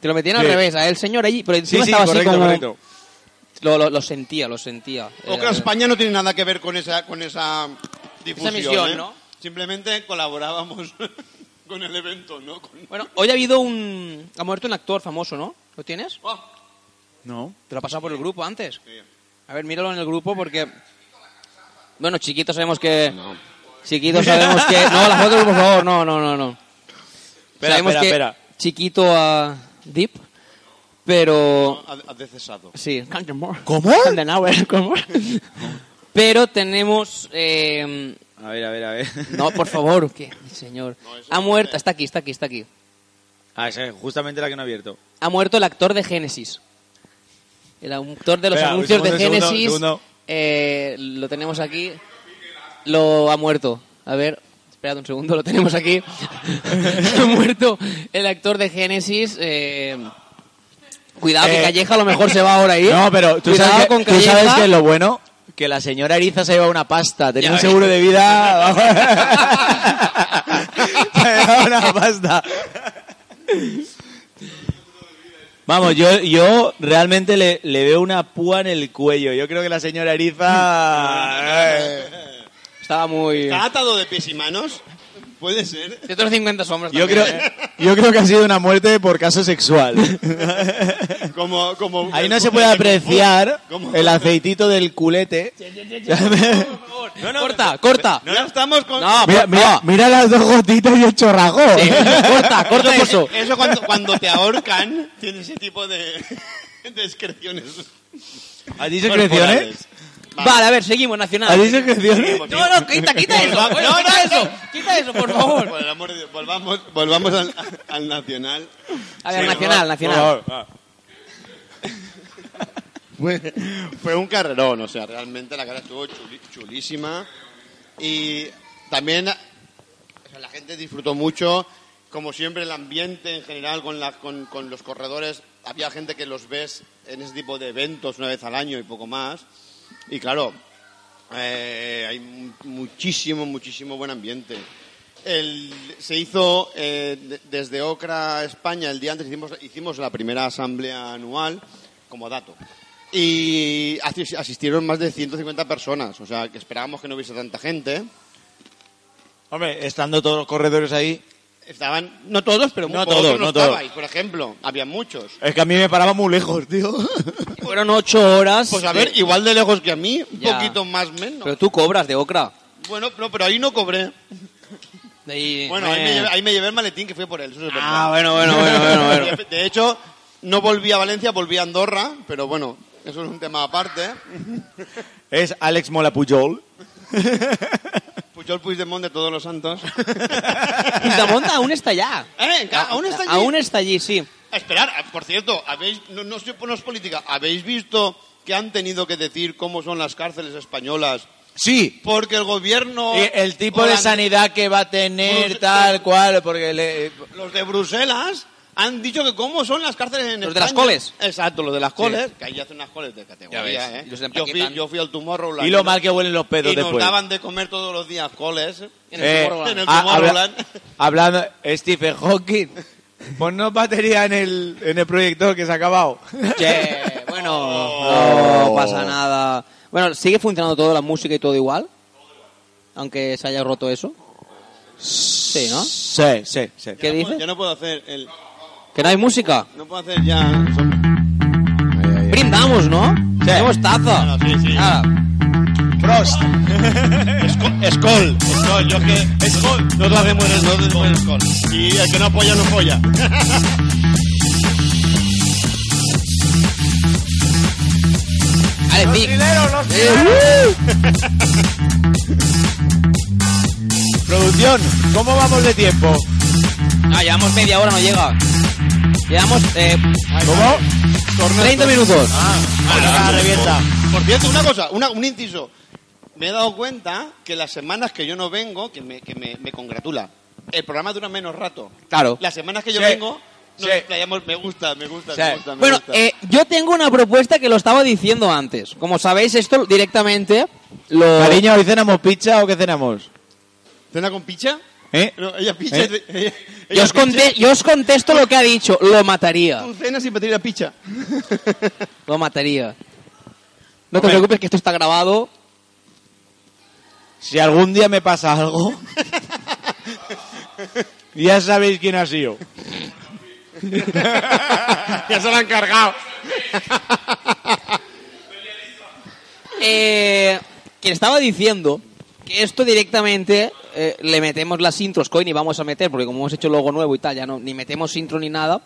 S1: Te lo metían al
S3: Sí.
S1: revés, a el señor allí. Pero
S3: Sí,
S1: encima
S3: sí,
S1: estaba
S3: correcto,
S1: así como...
S3: correcto.
S1: Lo, lo- lo sentía, lo sentía. Eh,
S4: O que
S1: Era-
S4: España no tiene nada que ver con esa, con esa difusión.
S1: misión,
S4: ¿eh?
S1: ¿no?
S4: Simplemente colaborábamos con el evento, ¿no? Con-
S1: Bueno, hoy ha habido un... Ha muerto un actor famoso, ¿no? ¿Lo tienes?
S4: Ah,
S3: No.
S1: Te lo ha pasado por el grupo antes.
S4: sí.
S1: A ver, míralo en el grupo porque... Bueno, chiquito sabemos que... Chiquito sabemos que... No, la foto, por favor. No, no, no, no.
S3: Espera,
S1: Sabemos
S3: espera,
S1: que
S3: espera.
S1: Chiquito a Deep, pero...
S4: Ha, ha decesado.
S1: Sí.
S3: ¿Cómo?
S1: Condenauer, ¿cómo? Pero tenemos... eh,
S3: A ver, a ver, a ver.
S1: No, por favor, ¿qué? Señor. Ha muerto... Está aquí, está aquí, está aquí.
S3: Ah, esa es justamente la que no he abierto.
S1: Ha muerto el actor de Génesis. El autor de los
S3: Espera, un
S1: anuncios de
S3: segundo, un segundo,
S1: Génesis.
S3: un segundo.
S1: eh, lo tenemos aquí. Lo ha muerto. A ver, esperad un segundo, lo tenemos aquí. ha muerto el actor de Génesis. eh, cuidado, que
S3: Eh,
S1: Calleja a lo mejor se va ahora ahí.
S3: No, pero tú
S1: Cuidado
S3: sabes, que,
S1: con
S3: tú
S1: Calleja.
S3: sabes que lo bueno... Que la señora Ariza se lleva una pasta. Tenía
S1: Ya
S3: un
S1: ves.
S3: seguro de vida... se llevaba una pasta. Vamos, yo, yo realmente le, le veo una púa en el cuello. Yo creo que la señora Ariza...
S1: Estaba muy...
S4: ¿Está atado de pies y manos? Puede ser.
S1: De otros 50 sombras
S3: Yo creo,
S1: también, ¿eh?
S3: yo creo que ha sido una muerte por caso sexual.
S4: Como, como
S3: Ahí no se puede apreciar
S4: Como-
S3: el aceitito del culete.
S1: corta, corta.
S4: No, ya estamos con...
S1: No,
S5: Mira, mira, mira las dos gotitas y el chorrago.
S1: Sí, corta, corta eso.
S4: Eso, eso cuando, cuando te ahorcan tiene ese tipo de, de excreciones.
S3: ¿Has dicho
S4: corporales.
S3: secreciones?
S1: Vale, a ver, seguimos, Nacional.
S3: ¿Has dicho secreciones?
S4: Seguimos.
S1: No, no, quita, quita eso.
S4: Volvamos-
S1: Oye,
S4: no,
S1: quita
S4: no,
S1: eso. Quita eso, por favor.
S4: Por el amor de Dios, volvamos, volvamos al, al nacional.
S1: A ver, Nacional, Nacional.
S4: Fue, fue un carrerón, o sea, realmente la cara estuvo chuli- chulísima. Y también o sea, la gente disfrutó mucho. Como siempre, el ambiente en general con, la- con- con los corredores. Había gente que los ves en ese tipo de eventos una vez al año y poco más. Y claro, eh, hay mu- muchísimo, muchísimo buen ambiente. El- se hizo eh, de- desde Ocra, España, el día antes hicimos, hicimos la primera asamblea anual, como dato. Y asi- asistieron más de 150 personas, o sea, que esperábamos que no hubiese tanta gente.
S3: Hombre, estando todos los corredores ahí.
S4: Estaban, no todos, pero muy
S3: No
S4: pocos
S3: todos,
S4: no
S3: no todos.
S4: estabais, por ejemplo. Había muchos.
S3: Es que a mí me paraba muy lejos, tío.
S1: Fueron ocho horas.
S4: Pues a
S1: de-
S4: ver, igual de lejos que a mí, un
S1: Ya.
S4: poquito más menos.
S1: Pero tú cobras de Ocra.
S4: bueno, no, pero ahí no cobré.
S1: Ahí-
S4: Bueno, ahí me, llevé, ahí me llevé el maletín que fue por él. Eso es verdad.
S1: Ah, bueno, bueno, bueno, bueno. bueno.
S4: De- De hecho, no volví a Valencia, volví a Andorra, pero bueno, eso es un tema aparte.
S3: Es Alex Mola Pujol.
S4: Pujol Puigdemont Pues de todos los santos.
S1: Puigdemont aún está allá. Ah,
S4: Eh, ca- aún está allí.
S1: Eh, Aún está allí, sí.
S4: Esperar, ah, por cierto, habéis, no, no, sé, no es política, ¿habéis visto que han tenido que decir cómo son las cárceles españolas?
S3: Sí.
S4: Porque el gobierno...
S3: Y el tipo de
S4: holandés-
S3: sanidad que va a tener, tal cual, porque le... eh,
S4: Los de Bruselas han dicho que cómo son las cárceles en
S1: Los de
S4: España.
S1: las coles.
S4: Exacto, los de las coles, que ahí hacen unas coles de categoría,
S1: Ya ves,
S4: ¿eh?
S1: y los
S4: yo,
S1: empaquetan.
S4: fui, yo fui al Tomorrowland.
S3: Y lo mal que huelen los pedos
S4: y nos
S3: después.
S4: daban de comer todos los días coles. Eh,
S1: En el Tomorrowland.
S4: En el
S3: ah,
S4: Tomorrowland.
S3: habla- hablando, Stephen Hawking, ponnos batería en el, en el proyector que se ha acabado.
S1: Che, bueno, no pasa nada. Bueno, ¿sigue funcionando todo, la música y todo igual? Aunque se haya roto eso. Sí, ¿no?
S3: Sí, sí, sí.
S1: ¿Qué dice?
S4: Yo no puedo hacer el...
S1: ¿Que no hay música?
S4: No puedo hacer ya... son-
S1: Brindamos, ¿no? Tenemos taza.
S4: Bueno, sí, sí.
S1: Ah,
S3: Prost.
S4: Escol. Escol. Yo que... Escol. No lo hacemos en el no hacemos el Escol. Y el que no apoya, no apoya.
S1: Alex Vic.
S3: Producción, ¿cómo vamos de tiempo?
S1: Ah, llevamos media hora, no llega. Llevamos eh,
S3: ¿Cómo?
S1: 30 minutos.
S3: Ah, revienta.
S4: Por cierto, una cosa, una- un inciso. Me he dado cuenta que las semanas que yo no vengo, que me, que me, me congratula, el programa dura menos rato.
S1: Claro.
S4: Las semanas que yo
S3: Sí.
S4: vengo, nos
S3: Sí.
S4: explayamos, me gusta, me gusta,
S3: Sí.
S4: me gusta, me
S1: Bueno,
S4: gusta.
S1: eh, yo tengo una propuesta que lo estaba diciendo antes. Como sabéis, esto directamente lo...
S3: Cariño, ¿hoy cenamos pizza o qué cenamos?
S4: ¿Cena con picha?
S3: ¿Eh?
S4: No, ella picha.
S3: ¿Eh?
S4: es de- ella-
S1: Yo
S4: ella
S1: os, conte- yo os contesto lo que ha dicho. Lo mataría.
S4: picha. Tú cenas sin pedir a picha.
S1: Eh, Lo mataría. No te preocupes que esto está grabado.
S3: Si algún día me pasa algo, ya sabéis quién ha sido.
S4: ya se la han cargado.
S1: Eh, que estaba diciendo que esto directamente eh, le metemos las intros que hoy ni vamos a meter porque como hemos hecho logo nuevo y tal, ya no, ni metemos intro ni nada.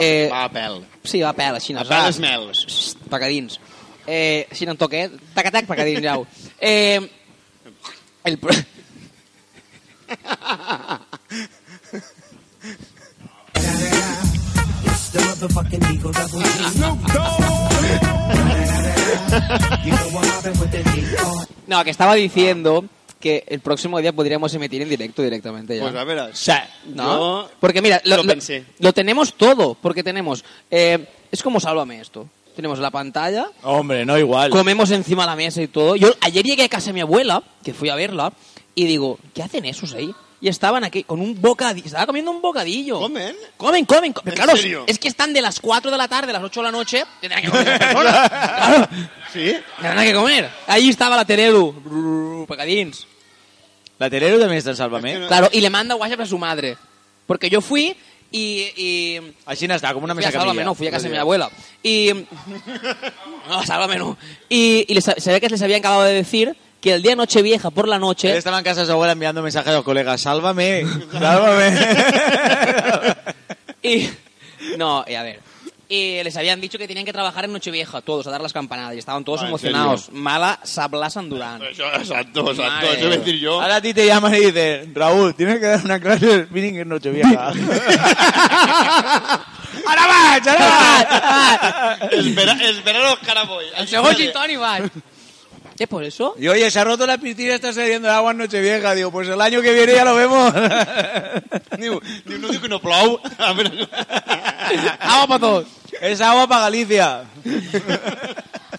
S1: Eh,
S4: Papel.
S1: Sí, va per, així.
S4: A
S1: va.
S4: pèl smells.
S1: Tac a dins. Eh, així no em toca, eh? Tac, tac, tac a dins, au. Eh, el... pro-
S2: E.
S1: No, que estaba diciendo que el próximo día podríamos emitir en directo directamente ya.
S4: Pues a ver,
S3: Sí.
S1: ¿No?
S4: Yo
S1: porque mira, lo,
S4: lo
S1: lo-
S4: pensé.
S1: lo tenemos todo, porque tenemos... eh, es como sálvame esto. Tenemos la pantalla,
S3: Hombre, no igual.
S1: comemos encima de la mesa y todo. Yo ayer llegué a casa de mi abuela, que fui a verla, y digo, ¿qué hacen esos ahí? Y estaban aquí con un bocadillo, estaba comiendo un bocadillo.
S4: ¿Comen?
S1: Comen, comen, comen.
S4: ¿En
S1: Claro,
S4: serio?
S1: es que están de las 4 de la tarde a las 8 de la noche, tendrán que comer las personas. claro,
S4: ¿Sí?
S1: tendrán que comer. Ahí estaba la Teredu, brrr, pecadins.
S3: La Terero también está en Sálvame.
S1: Claro, y le manda WhatsApp a su madre. Porque yo fui y... y
S3: Así no está, como una
S1: fui a
S3: mesa
S1: Sálvame,
S3: camilla.
S1: no, fui a casa de mi abuela. Y... No, Sálvame, no. Y, y les, se ve que les habían acabado de decir que el día de Nochevieja por la
S3: Él
S1: noche...
S3: estaba en casa de su abuela enviando mensajes a los colegas. Sálvame, sálvame.
S1: Y... No, y a ver... Y les habían dicho que tenían que trabajar en Nochevieja, todos, a dar las campanadas. Y estaban todos
S4: Ah, ¿en
S1: emocionados. Mala Sabla Sandurán.
S4: Eso, pues, exacto, exacto.
S1: Madre.
S4: Eso iba a decir yo.
S3: Ahora a ti te llaman y dicen, Raúl, tienes que dar una clase de spinning en Nochevieja. ¡Ahora vas, ahora vas!
S4: Espera, espera los caraboy.
S1: El segon gin tònic, vaig. ¿Qué, por eso?
S3: Y oye, se ha roto la piscina, está saliendo el agua en Nochevieja. Digo, pues el año que viene ya lo vemos.
S4: Diu, diu, no diu que no plou. A veure. Ah,
S3: agua para todos. Es agua para Galicia.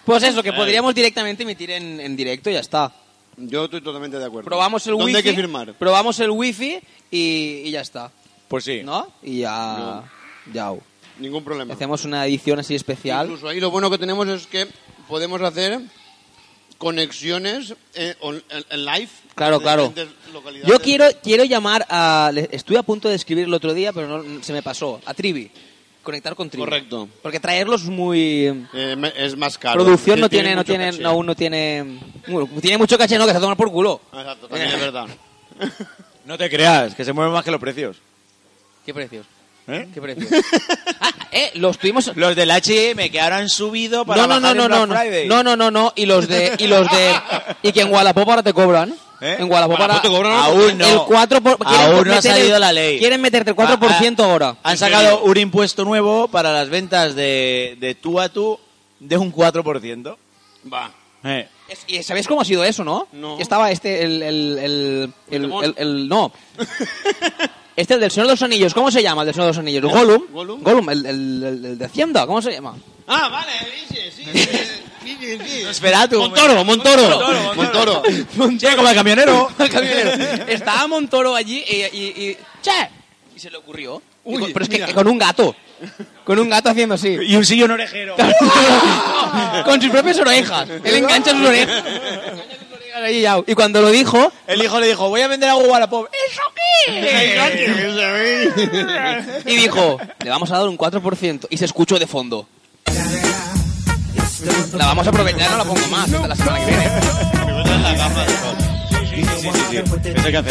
S1: Pues eso, que podríamos directamente emitir en, en directo y ya está.
S4: Yo estoy totalmente de acuerdo.
S1: Probamos el
S4: ¿Dónde
S1: wifi.
S4: hay que firmar?
S1: Probamos el wifi y, y ya está.
S3: Pues sí.
S1: ¿No? Y ya. Yau.
S4: Ningún problema.
S1: Hacemos una edición así especial.
S4: Incluso ahí lo bueno que tenemos es que podemos hacer conexiones eh, on- en, en live.
S1: Claro,
S4: de
S1: claro.
S4: diferentes localidades.
S1: Yo quiero, quiero llamar a. le- Estuve a punto de escribir el otro día, pero no, se me pasó. A Trivi. Conectar con Trivi.
S4: Correcto.
S1: Porque traerlos muy.
S4: Eh, me- es más caro.
S1: Producción
S4: Sí,
S1: no tiene, no
S4: mucho
S1: tiene,
S4: caché.
S1: no, aún no tiene. bueno, tiene mucho caché, no, que se ha tomado por culo.
S4: Exacto, también es verdad.
S3: No te creas, que se mueven más que los precios.
S1: ¿Qué precios?
S3: ¿Eh?
S1: ¿Qué precios? ah, eh, los tuvimos.
S3: Los del H&M que ahora han subido para
S1: no, no, no,
S3: bajar
S1: no,
S3: en
S1: no,
S3: Black
S1: no,
S3: Friday.
S1: no, no, no, no, y los de, y los de, y que en Wallapop ahora te cobran.
S3: ¿Eh?
S1: En Wallapop ahora,
S3: Wallapop te cobran, Aún no.
S1: El 4 por- quieren
S3: Aún no ha
S1: meter
S3: salido
S1: el-
S3: la ley.
S1: Quieren meterte el 4%
S3: Ah, ah,
S1: ahora.
S3: Han sacado un impuesto nuevo para las ventas de, de tú a tú de un 4%.
S4: Va.
S3: Eh.
S1: Es- ¿Y sabéis cómo ha sido eso, no?
S4: No. Pues
S1: Estaba este, el, el, el, el, el- el- no. Este, el del Señor de los Anillos, ¿cómo se llama el del Señor de los Anillos? Gollum.
S4: Gollum.
S1: el, el, el- el de Hacienda, ¿cómo se llama?
S4: Ah, vale, sí, sí, sí, sí, sí, sí.
S3: Espera tú.
S4: Montoro, Montoro, Montoro.
S3: Che, como el camionero.
S1: El camionero. Estaba Montoro allí y, y, y- ¡Che! Y se le ocurrió. Y
S4: Uy,
S1: con- pero es que
S4: mira.
S1: con un gato. Con un gato haciendo así.
S3: Y un sillón orejero.
S1: con sus propias orejas. Él engancha sus orejas. Engancha sus orejas ahí, yao. Y cuando lo dijo,
S3: El hijo le dijo, voy a vender algo a Wallapop.
S1: ¿eso qué? y dijo, le vamos a dar un 4%. Y se escuchó de fondo. La vamos a aprovechar, no la pongo más hasta la semana que viene.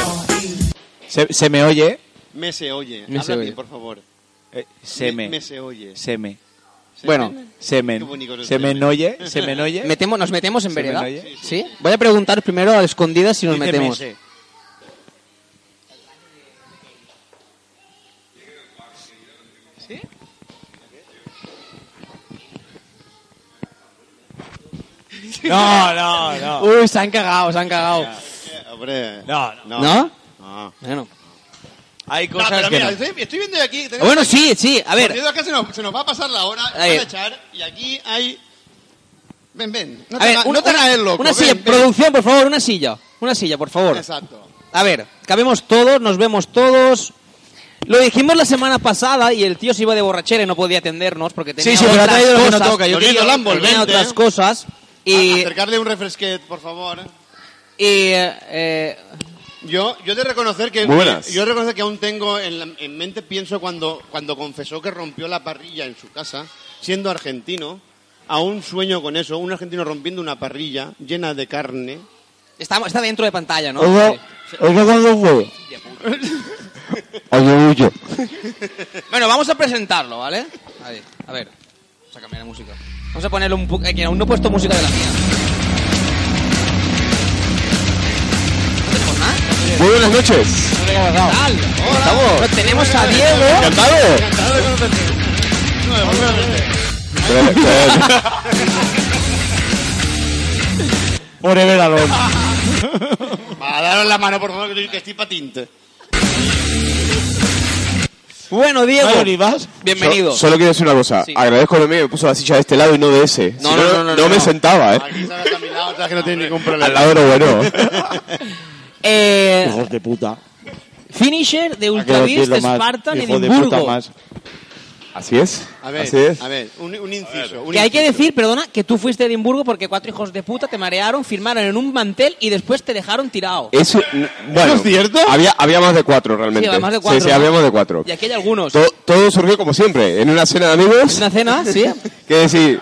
S3: Se, se me oye.
S4: Me se oye.
S1: Me se
S4: Habla
S1: oye.
S4: bien, por favor.
S3: Eh, se me.
S4: Me se oye.
S3: Se me.
S4: Se
S3: Bueno,
S4: me-
S3: semen.
S4: Qué bonito es el
S3: Semen
S4: semen.
S3: oye, semen oye.
S1: Metemos- nos metemos en
S3: ¿Se me
S1: vereda.
S3: oye?
S1: ¿Sí? Voy a preguntar primero a escondidas si nos
S3: Dice
S1: metemos.
S3: mese. No, no, no.
S1: Uy, se han cagado, se han cagado.
S4: Eh, Hombre.
S3: No, no.
S1: ¿No?
S4: No.
S1: Bueno.
S3: Hay
S4: No,
S3: cosas
S4: pero
S3: que
S4: mira,
S3: no.
S4: estoy, estoy viendo aquí. tenemos-
S1: Bueno, sí, sí, a
S4: Por
S1: ver.
S4: cierto, es que se nos, se nos va a pasar la hora,
S1: Ahí.
S4: van a echar, y aquí hay... Ven, ven, no
S1: A
S4: te,
S1: ver,
S4: hagas-
S1: una,
S4: no te
S1: una-
S4: hagas el loco.
S1: una
S4: ven,
S1: silla,
S4: ven.
S1: producción, por favor, una silla. Una silla, por favor.
S4: Exacto.
S1: A ver, cabemos todos, nos vemos todos. Lo dijimos la semana pasada y el tío se iba de borrachera y no podía atendernos porque tenía
S3: Sí, sí, pero ha
S1: otras
S3: traído lo que
S1: cosas.
S3: no toca. Yo
S4: quería-
S1: tenía
S4: volvente,
S1: otras
S4: ¿eh?
S1: cosas
S3: Ah,
S4: Y...
S1: y,
S4: Acercarle un refresquet, por favor.
S1: y, eh,
S4: Yo, yo he de reconocer que
S6: Buenas.
S4: yo he de reconocer que aún tengo en, la- en mente pienso cuando cuando confesó que rompió la parrilla en su casa, siendo argentino, aún sueño con eso, un argentino rompiendo una parrilla llena de carne.
S1: está, está dentro de pantalla, ¿no?
S5: ¿Eso
S1: Sí.
S5: cuándo fue? Hace mucho.
S1: Bueno, vamos a presentarlo, ¿vale? Ahí, a ver. Vamos a cambiar la música. Vamos a ponerle un poco... eh, Que aún no he puesto música de la mía. ¿No tenemos nada?
S6: Muy buenas noches.
S1: ¿Qué tal?
S6: estamos?
S1: Pues tenemos a Diego.
S6: Encantado. Pero- pero-
S5: Forever alone.
S3: Ah,
S4: Va, daros la mano, por favor, que estoy- que estoy patinte.
S1: Bueno, Diego.
S3: ¿No olivas?
S1: Bienvenido.
S6: Yo- solo quiero decir una cosa.
S1: Sí.
S6: Agradezco que me puso la silla de este lado y no de ese. Si
S1: No, no, no, no, no.
S6: me sentaba, ¿eh?
S4: Aquí sabes a mi lado, sabes que no tiene ningún
S6: Al
S4: problema.
S6: lado era bueno.
S1: Eh,
S5: Hijos de puta.
S1: finisher de
S5: Hay que
S1: Ultrabeast
S5: decirlo más.
S1: Spartan
S5: Hijo de puta
S1: Edimburgo.
S5: más.
S6: Así es.
S4: A ver,
S6: Así es.
S4: a ver, un, un inciso. un
S1: Que hay que
S4: inciso.
S1: decir, perdona, que tú fuiste a Edimburgo porque cuatro hijos de puta te marearon, firmaron en un mantel y después te dejaron tirado.
S6: Eso, n- bueno,
S4: ¿Eso es cierto?
S6: Había, había más de cuatro realmente.
S1: Sí, más de cuatro,
S6: Sí, sí,
S1: ¿no?
S6: habíamos de cuatro.
S1: Y aquí hay algunos.
S6: To- todo surgió como siempre, en una cena de amigos.
S1: Una cena, sí.
S6: Que decir,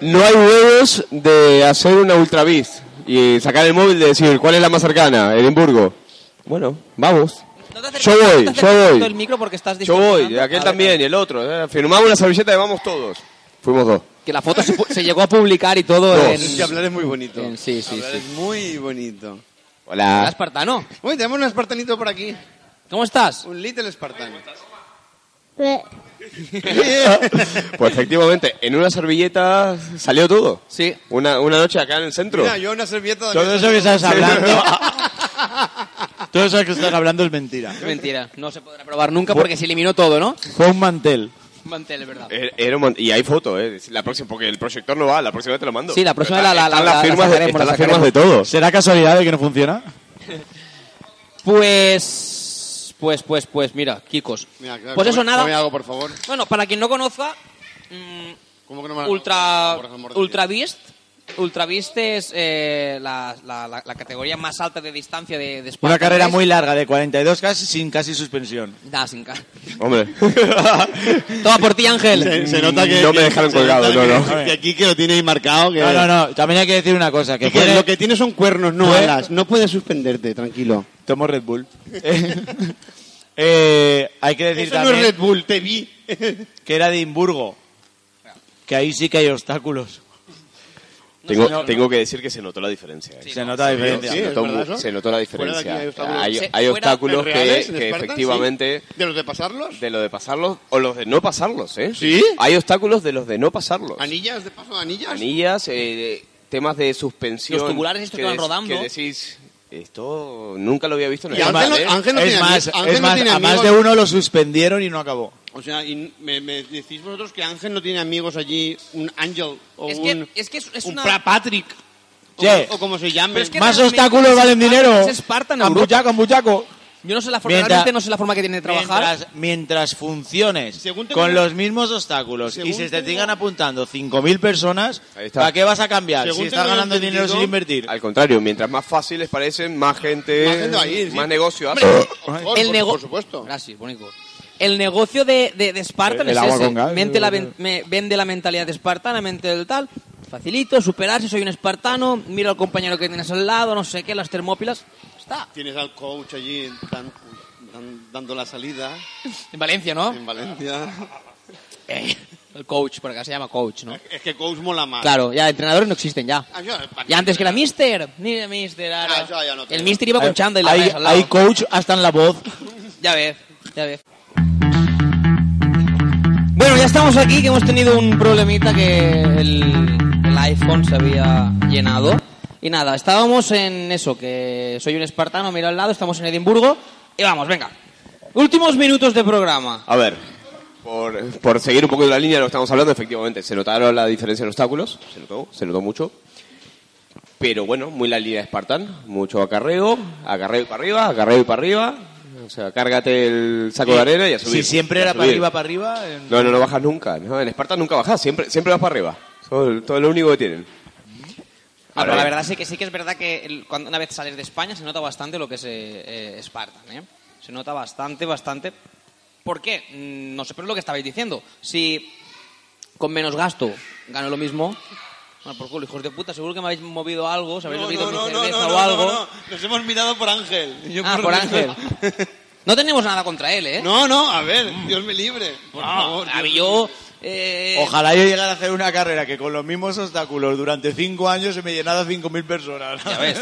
S6: no hay huevos de hacer una ultravis y sacar el móvil de decir cuál es la más cercana, Edimburgo. Bueno, vamos.
S1: No te acerques-
S6: Yo voy,
S1: no te
S6: yo
S1: acerques
S6: voy.
S1: tanto el micro porque estás
S6: Yo voy,
S1: distorsionando.
S6: aquel
S1: Vale,
S6: también y el otro. eh, Firmamos una servilleta y vamos todos. Fuimos dos.
S1: Que la foto se, pu- se llegó a publicar y todo
S6: Dos.
S1: en...
S4: Es que hablar es muy bonito.
S1: en- Sí, sí,
S4: Hablar
S1: sí.
S4: es muy bonito.
S1: Hola,
S6: Hola.
S1: Espartano.
S4: Uy, tenemos un espartanito por aquí.
S1: ¿Cómo estás?
S4: Un little espartano.
S6: Pues efectivamente, en una servilleta salió todo.
S1: Sí.
S6: Una, una noche acá en el centro.
S4: Mira, yo una servilleta... de-
S3: Todo eso que estás hablando. Todo eso que estás hablando es mentira.
S1: Es mentira. No se podrá probar nunca porque se eliminó todo, ¿no? Eh,
S3: Fue un mantel.
S1: Mantel, es verdad.
S6: Era- Er, era un mon- y hay foto, eh. La próxima, porque el proyector no va, la próxima vez te lo mando.
S1: Sí, la próxima
S6: Pero
S1: la- la- la-
S6: están las
S1: la
S6: firmas, de-
S1: sacaremos,
S6: están
S1: la
S6: las firmas de
S1: sacaremos.
S6: todos.
S3: ¿Será casualidad de que no funciona?
S1: Pues, pues, pues, pues, mira, Kikos.
S4: Mira, claro,
S1: pues eso,
S4: come- come
S1: nada.
S4: algo, por favor.
S1: Bueno, para quien no conozca, mm,
S4: ¿Cómo que no me-
S1: Ultra,
S4: Ah, por amor de
S1: Ultra Beast. Ultra Beast es eh, la, la- la- la categoría más alta de distancia de, de Spartan
S3: Una carrera
S1: Race.
S3: muy larga de 42 casi sin casi suspensión.
S1: Nah, sin ca-
S6: Hombre.
S1: Toma por ti,
S4: Se,
S1: Ángel.
S4: se nota que.
S6: Mm, No me
S4: que-
S6: dejaron
S4: se nota
S6: colgado, no,
S4: que-
S6: no.
S4: Que aquí que lo tiene ahí marcado. Que,
S3: No, no, no. También hay que decir una cosa.
S4: que
S3: Que fue-
S4: lo que tiene son cuernos, no
S1: Pues-
S3: Fue-
S4: alas. No puedes suspenderte, tranquilo.
S3: Tomo Red Bull. Eh, hay que decir
S4: Eso no
S3: también
S4: es Red Bull, te vi.
S3: que era de Edimburgo. Que ahí sí que hay obstáculos.
S6: Tengo, tengo que decir que se notó la diferencia. eh.
S3: Se nota la diferencia.
S4: Sí,
S6: se, notó,
S4: ¿es verdad eso?
S6: mu- se notó la
S4: Fuera de
S6: diferencia.
S4: aquí hay obstáculos.
S6: Hay,
S1: Se-
S6: hay
S1: fuera-
S6: obstáculos
S4: ¿Reales?
S6: que,
S4: ¿En
S6: que
S4: Esparta?
S6: efectivamente
S4: Sí. ¿De los de pasarlos?
S6: de lo de pasarlos o los de no pasarlos, ¿eh?
S4: ¿Sí?
S6: Hay obstáculos de los de no pasarlos.
S4: ¿Anillas? ¿De paso de anillas?
S6: Pues, Anillas, eh, temas de suspensión.
S1: Los tubulares estos que van
S6: des-
S1: rodando.
S6: Que decís, esto nunca lo había visto en
S4: Y
S6: el
S4: Ángel
S6: mar,
S4: no-
S6: ¿eh?
S4: Ángel no
S3: es
S4: tiene
S3: más,
S4: amigos, Ángel
S3: es
S4: no
S3: más
S4: tiene
S3: a más
S4: amigos.
S3: de uno lo suspendieron y no acabó.
S4: O sea, y me, me decís vosotros que Ángel no tiene amigos allí, un Ángel o
S1: Es
S4: un.
S1: que es, que es, es
S4: un
S1: una...
S4: Pra- Patrick. O,
S3: Che.
S4: o como se llame.
S1: Pero es que
S3: Más
S1: realmente
S3: obstáculos
S1: es
S3: valen
S1: Spartan-
S3: dinero.
S1: es Spartan Europa.
S3: Ambuchaco, ambuchaco.
S1: Yo no sé la forma,
S3: Mientras-
S1: realmente no sé la forma que tiene de trabajar.
S3: Mientras, mientras funciones
S4: Según tengo-
S3: con los mismos obstáculos y
S4: Según
S3: se te
S4: tengo-
S3: sigan apuntando 5.000 personas,
S6: Ahí está.
S3: ¿para qué vas a cambiar?
S4: Según
S3: si estás
S4: tengo yo
S3: ganando dinero
S4: entendido-
S3: sin invertir.
S6: Al contrario, mientras más fáciles parecen, más gente,
S4: Más gente va a ir, sí.
S6: más negocio hace.
S4: Hombre, por, favor,
S1: el
S4: por-
S1: nego-
S4: por supuesto.
S1: Gracias, bonito. El negocio de, de, de Spartan
S5: El- el
S1: es
S5: agua
S1: ese.
S5: con gas.
S1: Mente la ven- me- vende la mentalidad espartana, mente del tal. Facilito, superarse, soy un espartano, mira al compañero que tienes al lado, no sé qué, las termópilas. Está.
S4: Tienes al coach allí dan- dan- dando la salida
S1: En Valencia, ¿no?
S4: en Valencia.
S1: Eh, el coach, por acá se llama coach, ¿no?
S4: Es que coach mola más.
S1: Claro, ya entrenadores no existen ya.
S4: Ah, yo-
S1: Ya antes que era mister. Mira, mister, ahora.
S4: Ah, yo ya no creo.
S1: el mister iba con chanda y la
S3: hay,
S1: res al lado.
S3: hay coach hasta en la voz.
S1: Ya ves, ya ves. Bueno, ya estamos aquí, que hemos tenido un problemita que el, el el iPhone se había llenado. Y nada, estábamos en eso, que soy un espartano, mira al lado, estamos en Edimburgo. Y vamos, venga. Últimos minutos de programa.
S6: A ver, por, por seguir un poco la línea de lo que estamos hablando, efectivamente, se notaron la diferencia en obstáculos, se notó, se notó mucho. Pero bueno, muy la línea de Spartan, mucho acarreo, acarreo y para arriba, acarreo y para arriba. O sea, cárgate el saco de arena y a subir.
S3: Si siempre
S6: y a
S3: era para
S6: subir.
S3: arriba, para arriba. en-
S6: No, no, no bajas nunca. ¿no? En Esparta nunca bajas, siempre, siempre vas para arriba. Todo, todo lo único que tienen.
S1: Ah, pero la verdad sí que sí que es verdad que el- cuando una vez sales de España se nota bastante lo que es eh, eh, Spartan, ¿eh? Se nota bastante, bastante. ¿Por qué? Mm, No sé, pero es lo que estabais diciendo. Si con menos gasto gano lo mismo... Bueno, por culo, hijos de puta, seguro que me habéis movido algo, os habéis movido mi cerveza o algo.
S4: Nos hemos mirado por Ángel. Y yo
S1: Ah, por Ángel. No tenemos nada contra él, ¿eh?
S4: No, no, a ver, Dios me libre. Mm. Por favor.
S1: A mí yo... eh,
S3: Ojalá yo llegara a hacer una carrera que con los mismos obstáculos durante cinco años se me llenara 5.000 personas.
S1: Ya ves.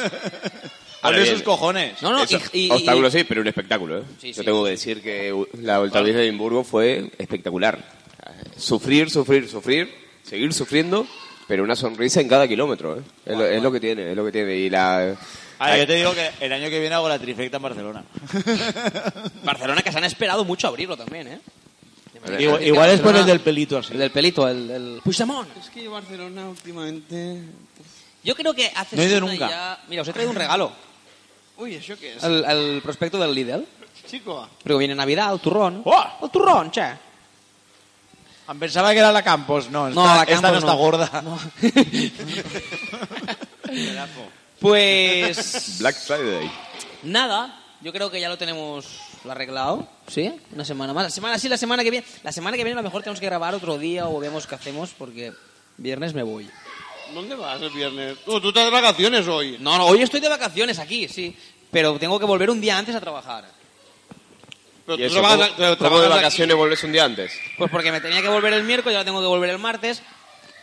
S3: Abre
S6: bien.
S3: esos cojones.
S1: No, no,
S6: Eso,
S1: y- y- y-
S6: obstáculos sí, pero un espectáculo. ¿eh?
S1: Sí,
S6: Yo
S1: sí.
S6: tengo que decir que u- la Vuelta a de Edimburgo fue espectacular. Sufrir, sufrir, sufrir, seguir sufriendo, pero una sonrisa en cada kilómetro. ¿eh? Es, lo, es lo que tiene, es lo que tiene. Y la...
S3: A ver, Ah, yo te digo que el año que viene hago la trifecta en Barcelona.
S1: Barcelona, que se han esperado mucho a abrirlo también, ¿eh?
S3: Igual, igual es por el del
S1: Barcelona-
S3: pelito así.
S1: El del pelito, el... el... Puigdemont.
S4: Es que Barcelona últimamente... pues,
S1: Yo creo que hace
S3: No he ido
S1: una
S3: nunca.
S1: ya- Mira, os he traído un regalo.
S4: Uy, ¿eso qué es?
S1: El, el prospecto del Lidl.
S4: Chico, ¡Oh!
S1: Pero viene Navidad, el turrón.
S3: ¡Buah!
S1: El turrón, che.
S3: Pensaba que era la Campos. No, esta
S1: No,
S3: no,
S1: la
S3: esta no
S1: Campos
S3: está
S1: no.
S3: gorda.
S1: Pues
S6: Black Friday.
S1: nada, yo creo que ya lo tenemos arreglado, ¿sí? Una semana más. La semana sí, la semana que viene. La semana que viene a lo mejor tenemos que grabar otro día o vemos qué hacemos porque viernes me voy.
S4: ¿dónde vas el viernes? Tú, tú estás de vacaciones hoy.
S1: No, no, hoy estoy de vacaciones aquí, sí, pero tengo que volver un día antes a trabajar.
S4: Pero
S6: ¿Y
S4: tú
S6: eso,
S4: trabajas-
S6: ¿cómo-
S4: tra-
S6: cómo de
S4: trabajas aquí.
S6: vacaciones volvés un día antes?
S1: Pues porque me tenía que volver el miércoles, ahora tengo que volver el martes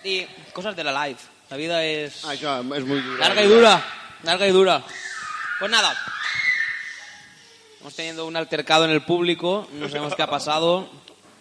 S1: y cosas de la life. La vida es
S4: Ah, ya, es muy duro.
S1: Larga y dura, larga y dura. Pues nada. Hemos tenido un altercado en el público, no sabemos qué ha pasado.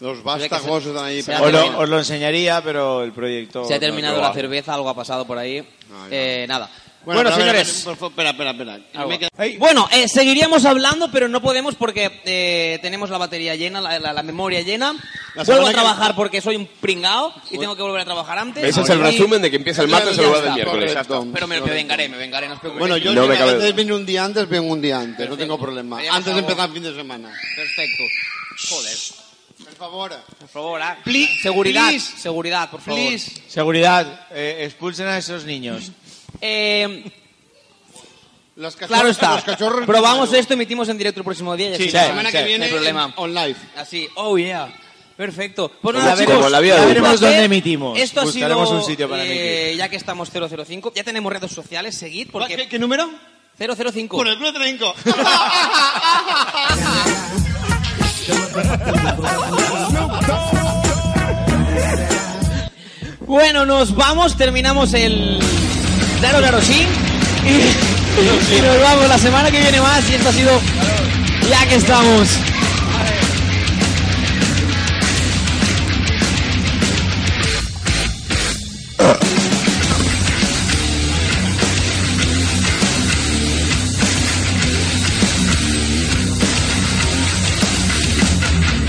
S4: Los
S1: Habría que
S4: vástagos
S1: ser-
S4: están ahí.
S1: se
S4: pero-
S1: ha
S3: Os lo,
S1: terminado.
S3: os lo enseñaría, pero el proyecto...
S1: Se ha
S3: no
S1: terminado
S3: llegó
S1: la
S3: a-
S1: cerveza, algo ha pasado por ahí.
S4: Ay,
S1: Eh, nada. Bueno,
S4: Bueno, pero a ver,
S1: señores.
S4: por favor, Espera, espera, espera. Me
S1: Agua.
S4: he quedado-
S3: Ay.
S1: Bueno, eh, seguiríamos hablando, pero no podemos porque eh, tenemos la batería llena, la, la- la memoria llena.
S4: La semana
S1: Vuelvo a
S4: que-
S1: trabajar porque soy un pringao y tengo que volver a trabajar antes.
S6: Ese es el
S1: Y-
S6: resumen de que empieza el martes en lugar del
S4: Ya está,
S6: miércoles. ya
S4: correcto.
S6: está.
S1: Pero me, me vengaré, me vengaré, no os preocupéis.
S4: Bueno, yo
S6: No
S4: si
S6: me
S4: a
S6: cabe
S4: veces
S6: duda.
S4: vengo un día antes, vengo un día antes. No
S1: Perfecto.
S4: tengo problema.
S1: Haríamos
S4: Antes de
S1: algo.
S4: empezar el fin de semana.
S1: Perfecto. Joder,
S4: Por favor.
S1: por favor, ah.
S4: Pli-
S1: seguridad,
S4: please.
S1: seguridad, por favor.
S4: Please.
S3: Seguridad, eh, expulsen a esos niños.
S1: Eh,
S4: Los cachorros,
S1: claro está.
S4: los cachorros
S1: Probamos
S4: primero.
S1: esto, emitimos en directo el próximo día. y así
S4: Sí,
S3: Sí,
S4: la semana
S3: sí.
S4: que
S3: No hay
S4: viene.
S1: problema.
S4: On live.
S1: Así, oh yeah. Perfecto. Pues
S6: Como-
S1: nada,
S6: como
S1: chicos,
S6: la vida de
S1: un
S6: Upa.
S1: placer.
S3: Veremos dónde emitimos.
S1: Esto ha
S3: Buscaremos
S1: sido,
S3: un sitio para
S1: eh, ya que estamos 005, ya tenemos redes sociales, seguid
S4: ¿Qué,
S1: porque
S4: qué número?
S1: 005.
S4: Por el culo te la hinco.
S1: Bueno, nos vamos, terminamos el 005 y, y nos vamos la semana que viene más y esto ha sido ya que estamos.